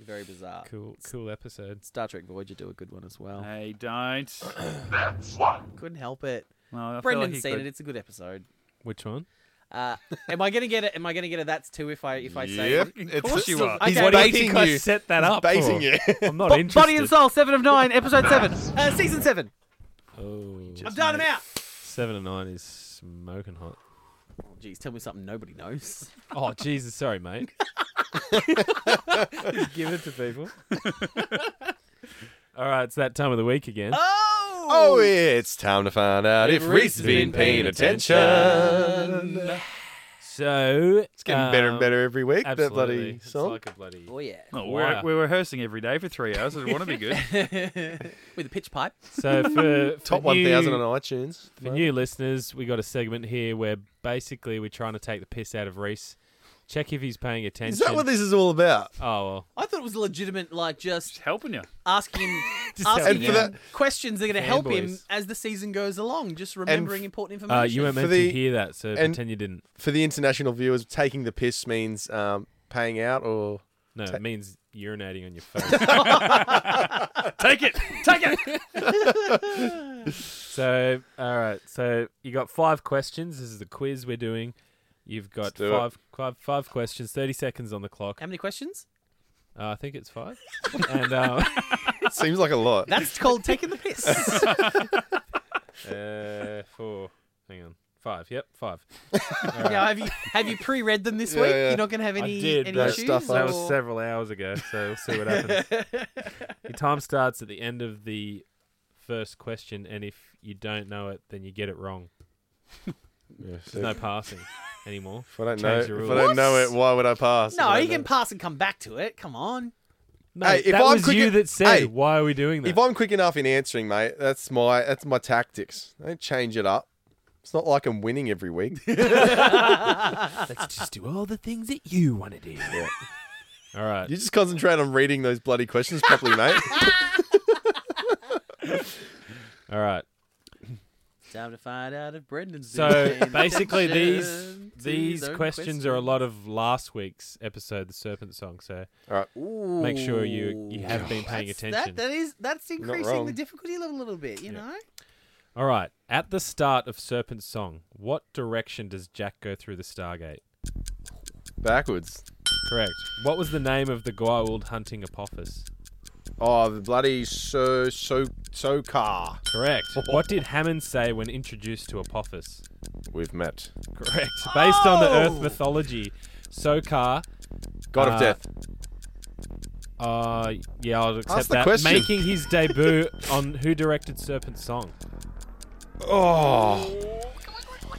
[SPEAKER 1] very bizarre.
[SPEAKER 2] Cool, cool episode.
[SPEAKER 1] Star Trek Voyager do a good one as well.
[SPEAKER 4] hey, don't.
[SPEAKER 1] Couldn't help it.
[SPEAKER 4] Well, I feel like
[SPEAKER 1] Brendan's
[SPEAKER 4] he
[SPEAKER 1] seen
[SPEAKER 4] could.
[SPEAKER 1] it. It's a good episode.
[SPEAKER 2] Which one?
[SPEAKER 1] Uh, am I gonna get it? Am I gonna get it? That's two. If I if I say
[SPEAKER 3] Yep.
[SPEAKER 1] one?
[SPEAKER 3] It's,
[SPEAKER 4] course you are.
[SPEAKER 3] He's
[SPEAKER 1] Okay. What do you
[SPEAKER 3] baiting
[SPEAKER 2] I
[SPEAKER 3] you.
[SPEAKER 2] set that up.
[SPEAKER 3] baiting you.
[SPEAKER 2] I'm not
[SPEAKER 1] Bo-
[SPEAKER 2] interested.
[SPEAKER 1] Body and Soul, seven of nine, episode seven, uh, season seven.
[SPEAKER 2] Oh,
[SPEAKER 1] I'm done. I'm out.
[SPEAKER 2] seven and nine is smoking hot.
[SPEAKER 1] Oh, Jeez, tell me something nobody knows.
[SPEAKER 2] Oh Jesus, sorry, mate. Just give it to people. All right, it's that time of the week again.
[SPEAKER 3] Uh,
[SPEAKER 1] Oh,
[SPEAKER 3] Oh, it's time to find out if, Reese has been paying attention.
[SPEAKER 2] So
[SPEAKER 3] It's getting better and
[SPEAKER 2] um,
[SPEAKER 3] better every week. That
[SPEAKER 2] Absolutely.
[SPEAKER 3] bloody
[SPEAKER 2] It's
[SPEAKER 3] song.
[SPEAKER 2] like a bloody.
[SPEAKER 1] Oh yeah,
[SPEAKER 4] Oh, we're,
[SPEAKER 2] Wow.
[SPEAKER 4] we're rehearsing every day for three hours. I want to be good.
[SPEAKER 1] with a pitch pipe.
[SPEAKER 2] So for, for
[SPEAKER 3] Top
[SPEAKER 2] new,
[SPEAKER 3] 1,000 on iTunes.
[SPEAKER 2] for new listeners, we got a segment here where basically we're trying to take the piss out of Reese, check if he's paying attention.
[SPEAKER 3] Is that what this is all about?
[SPEAKER 2] Oh well,
[SPEAKER 1] I thought it was legitimate, like just
[SPEAKER 4] It's helping you.
[SPEAKER 1] asking him,
[SPEAKER 2] helping
[SPEAKER 1] asking
[SPEAKER 3] him.
[SPEAKER 1] him
[SPEAKER 3] And for
[SPEAKER 1] questions that are going to help him
[SPEAKER 2] Fanboys.
[SPEAKER 1] as the season goes along. Just remembering important information.
[SPEAKER 2] uh, you weren't
[SPEAKER 3] For
[SPEAKER 2] meant
[SPEAKER 3] the-
[SPEAKER 2] to hear that, so
[SPEAKER 3] and-
[SPEAKER 2] pretend you didn't.
[SPEAKER 3] For the international viewers, taking the piss means um, paying out or.
[SPEAKER 2] No,
[SPEAKER 3] Ta-
[SPEAKER 2] it means urinating on your face.
[SPEAKER 4] Take it. Take it.
[SPEAKER 2] so all right, so you got five questions. This is the quiz we're doing. You've got
[SPEAKER 3] do it.
[SPEAKER 2] five, five, five questions, thirty seconds on the clock.
[SPEAKER 1] How many questions?
[SPEAKER 2] Uh, I think it's five. and um,
[SPEAKER 3] Seems like a lot.
[SPEAKER 1] That's called taking the piss.
[SPEAKER 2] uh, four. Hang on, five. Yep, five.
[SPEAKER 1] Now, have you have you pre-read them this
[SPEAKER 3] Yeah,
[SPEAKER 1] week?
[SPEAKER 3] yeah.
[SPEAKER 1] You're not going to have any
[SPEAKER 2] did,
[SPEAKER 1] any
[SPEAKER 2] but-
[SPEAKER 1] issues.
[SPEAKER 3] Stuff
[SPEAKER 2] That was
[SPEAKER 1] or-
[SPEAKER 2] several hours ago, so we'll see what happens. Your time starts at the end of the first question, and if you don't know it, then you get it wrong. There's no passing anymore.
[SPEAKER 3] If I don't
[SPEAKER 2] Change
[SPEAKER 3] know,
[SPEAKER 2] the
[SPEAKER 3] if I
[SPEAKER 2] rules.
[SPEAKER 3] don't know it, why would I pass? If
[SPEAKER 1] No,
[SPEAKER 3] I
[SPEAKER 1] you
[SPEAKER 3] don't
[SPEAKER 1] can
[SPEAKER 3] know-
[SPEAKER 1] pass and come back to it. Come on.
[SPEAKER 2] Mate,
[SPEAKER 3] Hey, if
[SPEAKER 2] that
[SPEAKER 3] I'm
[SPEAKER 2] was
[SPEAKER 3] quick
[SPEAKER 2] you
[SPEAKER 3] at-
[SPEAKER 2] that said,
[SPEAKER 3] hey,
[SPEAKER 2] why are we doing that?
[SPEAKER 3] If I'm quick enough in answering, mate, that's my that's my tactics. I don't change it up. It's not like I'm winning every week.
[SPEAKER 2] Let's just do all the things that you want to do. All right.
[SPEAKER 3] You just concentrate on reading those bloody questions properly, mate.
[SPEAKER 2] All right.
[SPEAKER 1] Time to find out if Brendan's.
[SPEAKER 2] So
[SPEAKER 1] doing
[SPEAKER 2] basically, these
[SPEAKER 1] attention to
[SPEAKER 2] these
[SPEAKER 1] his own
[SPEAKER 2] questions, are a lot of last week's episode, the Serpent Song. So
[SPEAKER 1] Ooh.
[SPEAKER 2] make sure you you have been paying
[SPEAKER 1] That's-
[SPEAKER 2] attention.
[SPEAKER 1] That, that is that's increasing the
[SPEAKER 3] wrong.
[SPEAKER 1] difficulty level a little bit. You
[SPEAKER 2] Yeah.
[SPEAKER 1] know.
[SPEAKER 2] All right. At the start of Serpent's Song, what direction does Jack go through the Stargate?
[SPEAKER 3] Backwards.
[SPEAKER 2] Correct. What was the name of the Gwyld hunting Apophis?
[SPEAKER 3] Oh, the bloody so so so car.
[SPEAKER 2] Correct. What did Hammond say when introduced to Apophis?
[SPEAKER 3] We've met.
[SPEAKER 2] Correct. Based on the Earth
[SPEAKER 1] Oh!
[SPEAKER 2] mythology, Sokar.
[SPEAKER 3] God
[SPEAKER 2] Uh,
[SPEAKER 3] of Death.
[SPEAKER 2] Uh, yeah, I'll accept
[SPEAKER 3] the
[SPEAKER 2] that.
[SPEAKER 3] question.
[SPEAKER 2] Making his debut on who directed Serpent's Song?
[SPEAKER 3] Oh,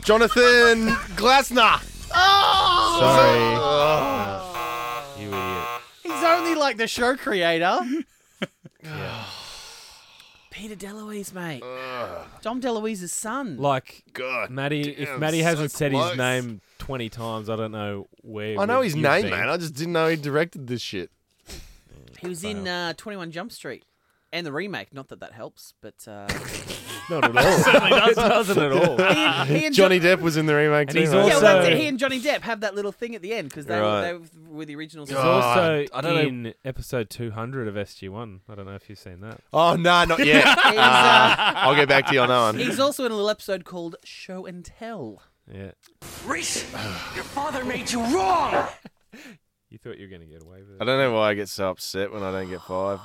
[SPEAKER 3] Jonathan Glasner. Oh.
[SPEAKER 2] Sorry. You idiot.
[SPEAKER 1] He's only like the show creator.
[SPEAKER 2] Yeah.
[SPEAKER 1] Peter DeLuise, mate. Dom DeLuise's son.
[SPEAKER 2] Like
[SPEAKER 3] God,
[SPEAKER 2] Maddie, if
[SPEAKER 3] damn,
[SPEAKER 2] Maddie
[SPEAKER 3] so
[SPEAKER 2] hasn't said
[SPEAKER 3] close.
[SPEAKER 2] his name twenty times, I don't know where.
[SPEAKER 3] I know
[SPEAKER 2] we've-
[SPEAKER 3] his
[SPEAKER 2] you've
[SPEAKER 3] name,
[SPEAKER 2] been.
[SPEAKER 3] man. I just didn't know he directed this shit.
[SPEAKER 1] he was in uh, 21 Jump Street and the remake. Not that that helps, but uh,
[SPEAKER 3] Not at all.
[SPEAKER 2] It doesn't at all.
[SPEAKER 1] he and, he and
[SPEAKER 3] Johnny Depp was in the remake
[SPEAKER 2] And
[SPEAKER 3] too.
[SPEAKER 2] he's
[SPEAKER 3] right?
[SPEAKER 1] Yeah, well, that's
[SPEAKER 2] Also-
[SPEAKER 1] it. he and Johnny Depp have that little thing at the end because they,
[SPEAKER 3] Right.
[SPEAKER 1] were they were the original.
[SPEAKER 2] He's
[SPEAKER 3] Oh,
[SPEAKER 2] also
[SPEAKER 3] I don't know.
[SPEAKER 2] in episode 200 of SG1. I don't know if you've seen that.
[SPEAKER 3] Oh no, not yet.
[SPEAKER 1] He's,
[SPEAKER 3] Uh,
[SPEAKER 1] uh,
[SPEAKER 3] I'll get back to you on that one.
[SPEAKER 1] he's also in a little episode called Show and Tell.
[SPEAKER 2] Yeah.
[SPEAKER 5] Reese, your father made you wrong.
[SPEAKER 2] You thought you were going to get away with
[SPEAKER 3] I
[SPEAKER 2] it.
[SPEAKER 3] don't know why I get so upset when I don't get five.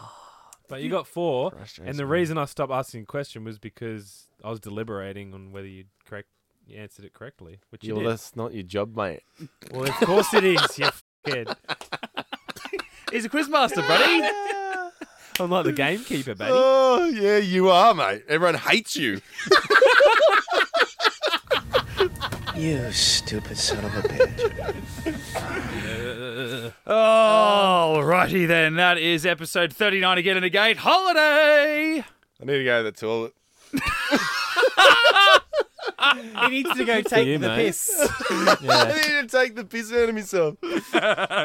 [SPEAKER 2] But you got four. And
[SPEAKER 3] Frustrates
[SPEAKER 2] the
[SPEAKER 3] me.
[SPEAKER 2] reason I stopped asking the question was because I was deliberating on whether you correct you answered it correctly, which you
[SPEAKER 3] Yeah, well,
[SPEAKER 2] did.
[SPEAKER 3] that's not your job, mate.
[SPEAKER 2] Well, of course it is, you f***head.
[SPEAKER 4] He's a quizmaster, buddy.
[SPEAKER 2] I'm like the gamekeeper, baby.
[SPEAKER 3] Oh yeah, you are, mate. Everyone hates you.
[SPEAKER 7] You stupid son of a bitch.
[SPEAKER 4] Alrighty then, that is episode 39 again in a gate holiday.
[SPEAKER 3] I need to go to the toilet.
[SPEAKER 1] He needs to go take
[SPEAKER 2] you,
[SPEAKER 1] the
[SPEAKER 2] mate.
[SPEAKER 1] piss.
[SPEAKER 3] I need to take the piss out of myself.
[SPEAKER 4] All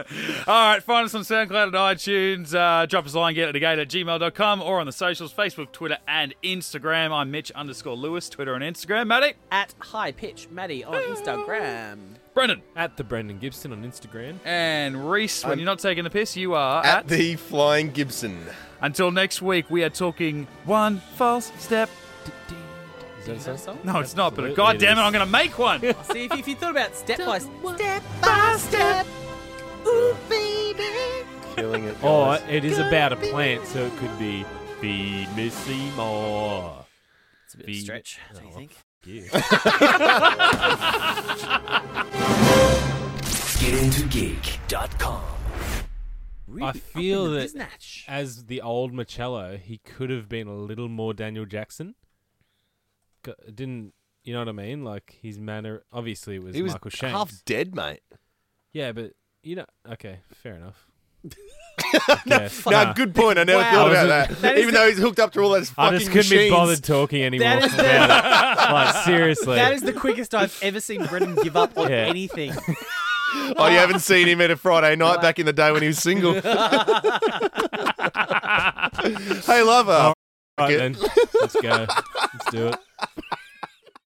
[SPEAKER 4] right, find us on SoundCloud and iTunes. Uh, drop us a line, get it at gmail.com or on the socials Facebook, Twitter, and Instagram. I'm Mitch underscore Lewis, Twitter and Instagram. Matty,
[SPEAKER 1] At High Pitch Maddie on Instagram.
[SPEAKER 4] Brendan,
[SPEAKER 2] At the Brendan Gibson on Instagram.
[SPEAKER 4] and Reese. When
[SPEAKER 3] I'm-
[SPEAKER 4] you're not taking the piss, you are
[SPEAKER 3] At the Flying Gibson.
[SPEAKER 4] Until next week, we are talking one false step.
[SPEAKER 2] Is that a song?
[SPEAKER 4] No, it's not, but
[SPEAKER 2] Absolutely
[SPEAKER 4] God damn it,
[SPEAKER 2] it is.
[SPEAKER 4] I'm going to make one.
[SPEAKER 1] See if, if you thought about step by step.
[SPEAKER 3] Killing it.
[SPEAKER 2] Or
[SPEAKER 3] guys.
[SPEAKER 2] Oh, it is about a plant, so it could be feed me Seymour.
[SPEAKER 1] It's a bit
[SPEAKER 2] of a
[SPEAKER 1] stretch.
[SPEAKER 2] stretch,
[SPEAKER 1] do you think?
[SPEAKER 2] Yeah.
[SPEAKER 5] Getintogeek.com.
[SPEAKER 2] I feel that-
[SPEAKER 1] Snatch.
[SPEAKER 2] as the old Marcello, he could have been a little more Daniel Jackson. Go- Didn't you know what I mean? Like his manner, obviously, it was,
[SPEAKER 3] he was
[SPEAKER 2] Michael Shanks.
[SPEAKER 3] half dead, mate.
[SPEAKER 2] Yeah, but you know, okay, fair enough.
[SPEAKER 3] No, good point. I never
[SPEAKER 1] Wow.
[SPEAKER 3] thought
[SPEAKER 2] I
[SPEAKER 3] about
[SPEAKER 2] was-
[SPEAKER 3] that. Even though he's hooked up to all those
[SPEAKER 2] I
[SPEAKER 3] fucking
[SPEAKER 2] just couldn't
[SPEAKER 3] machines.
[SPEAKER 2] be bothered talking anymore.
[SPEAKER 1] That is
[SPEAKER 2] about it. like seriously,
[SPEAKER 1] That is the quickest I've ever seen Brendan give up on
[SPEAKER 2] Yeah.
[SPEAKER 1] anything.
[SPEAKER 3] Oh, you haven't seen him at a Friday night
[SPEAKER 1] Wow.
[SPEAKER 3] back in the day when he was single. hey, lover.
[SPEAKER 2] Right
[SPEAKER 3] Okay.
[SPEAKER 2] then. Let's go. Let's do it.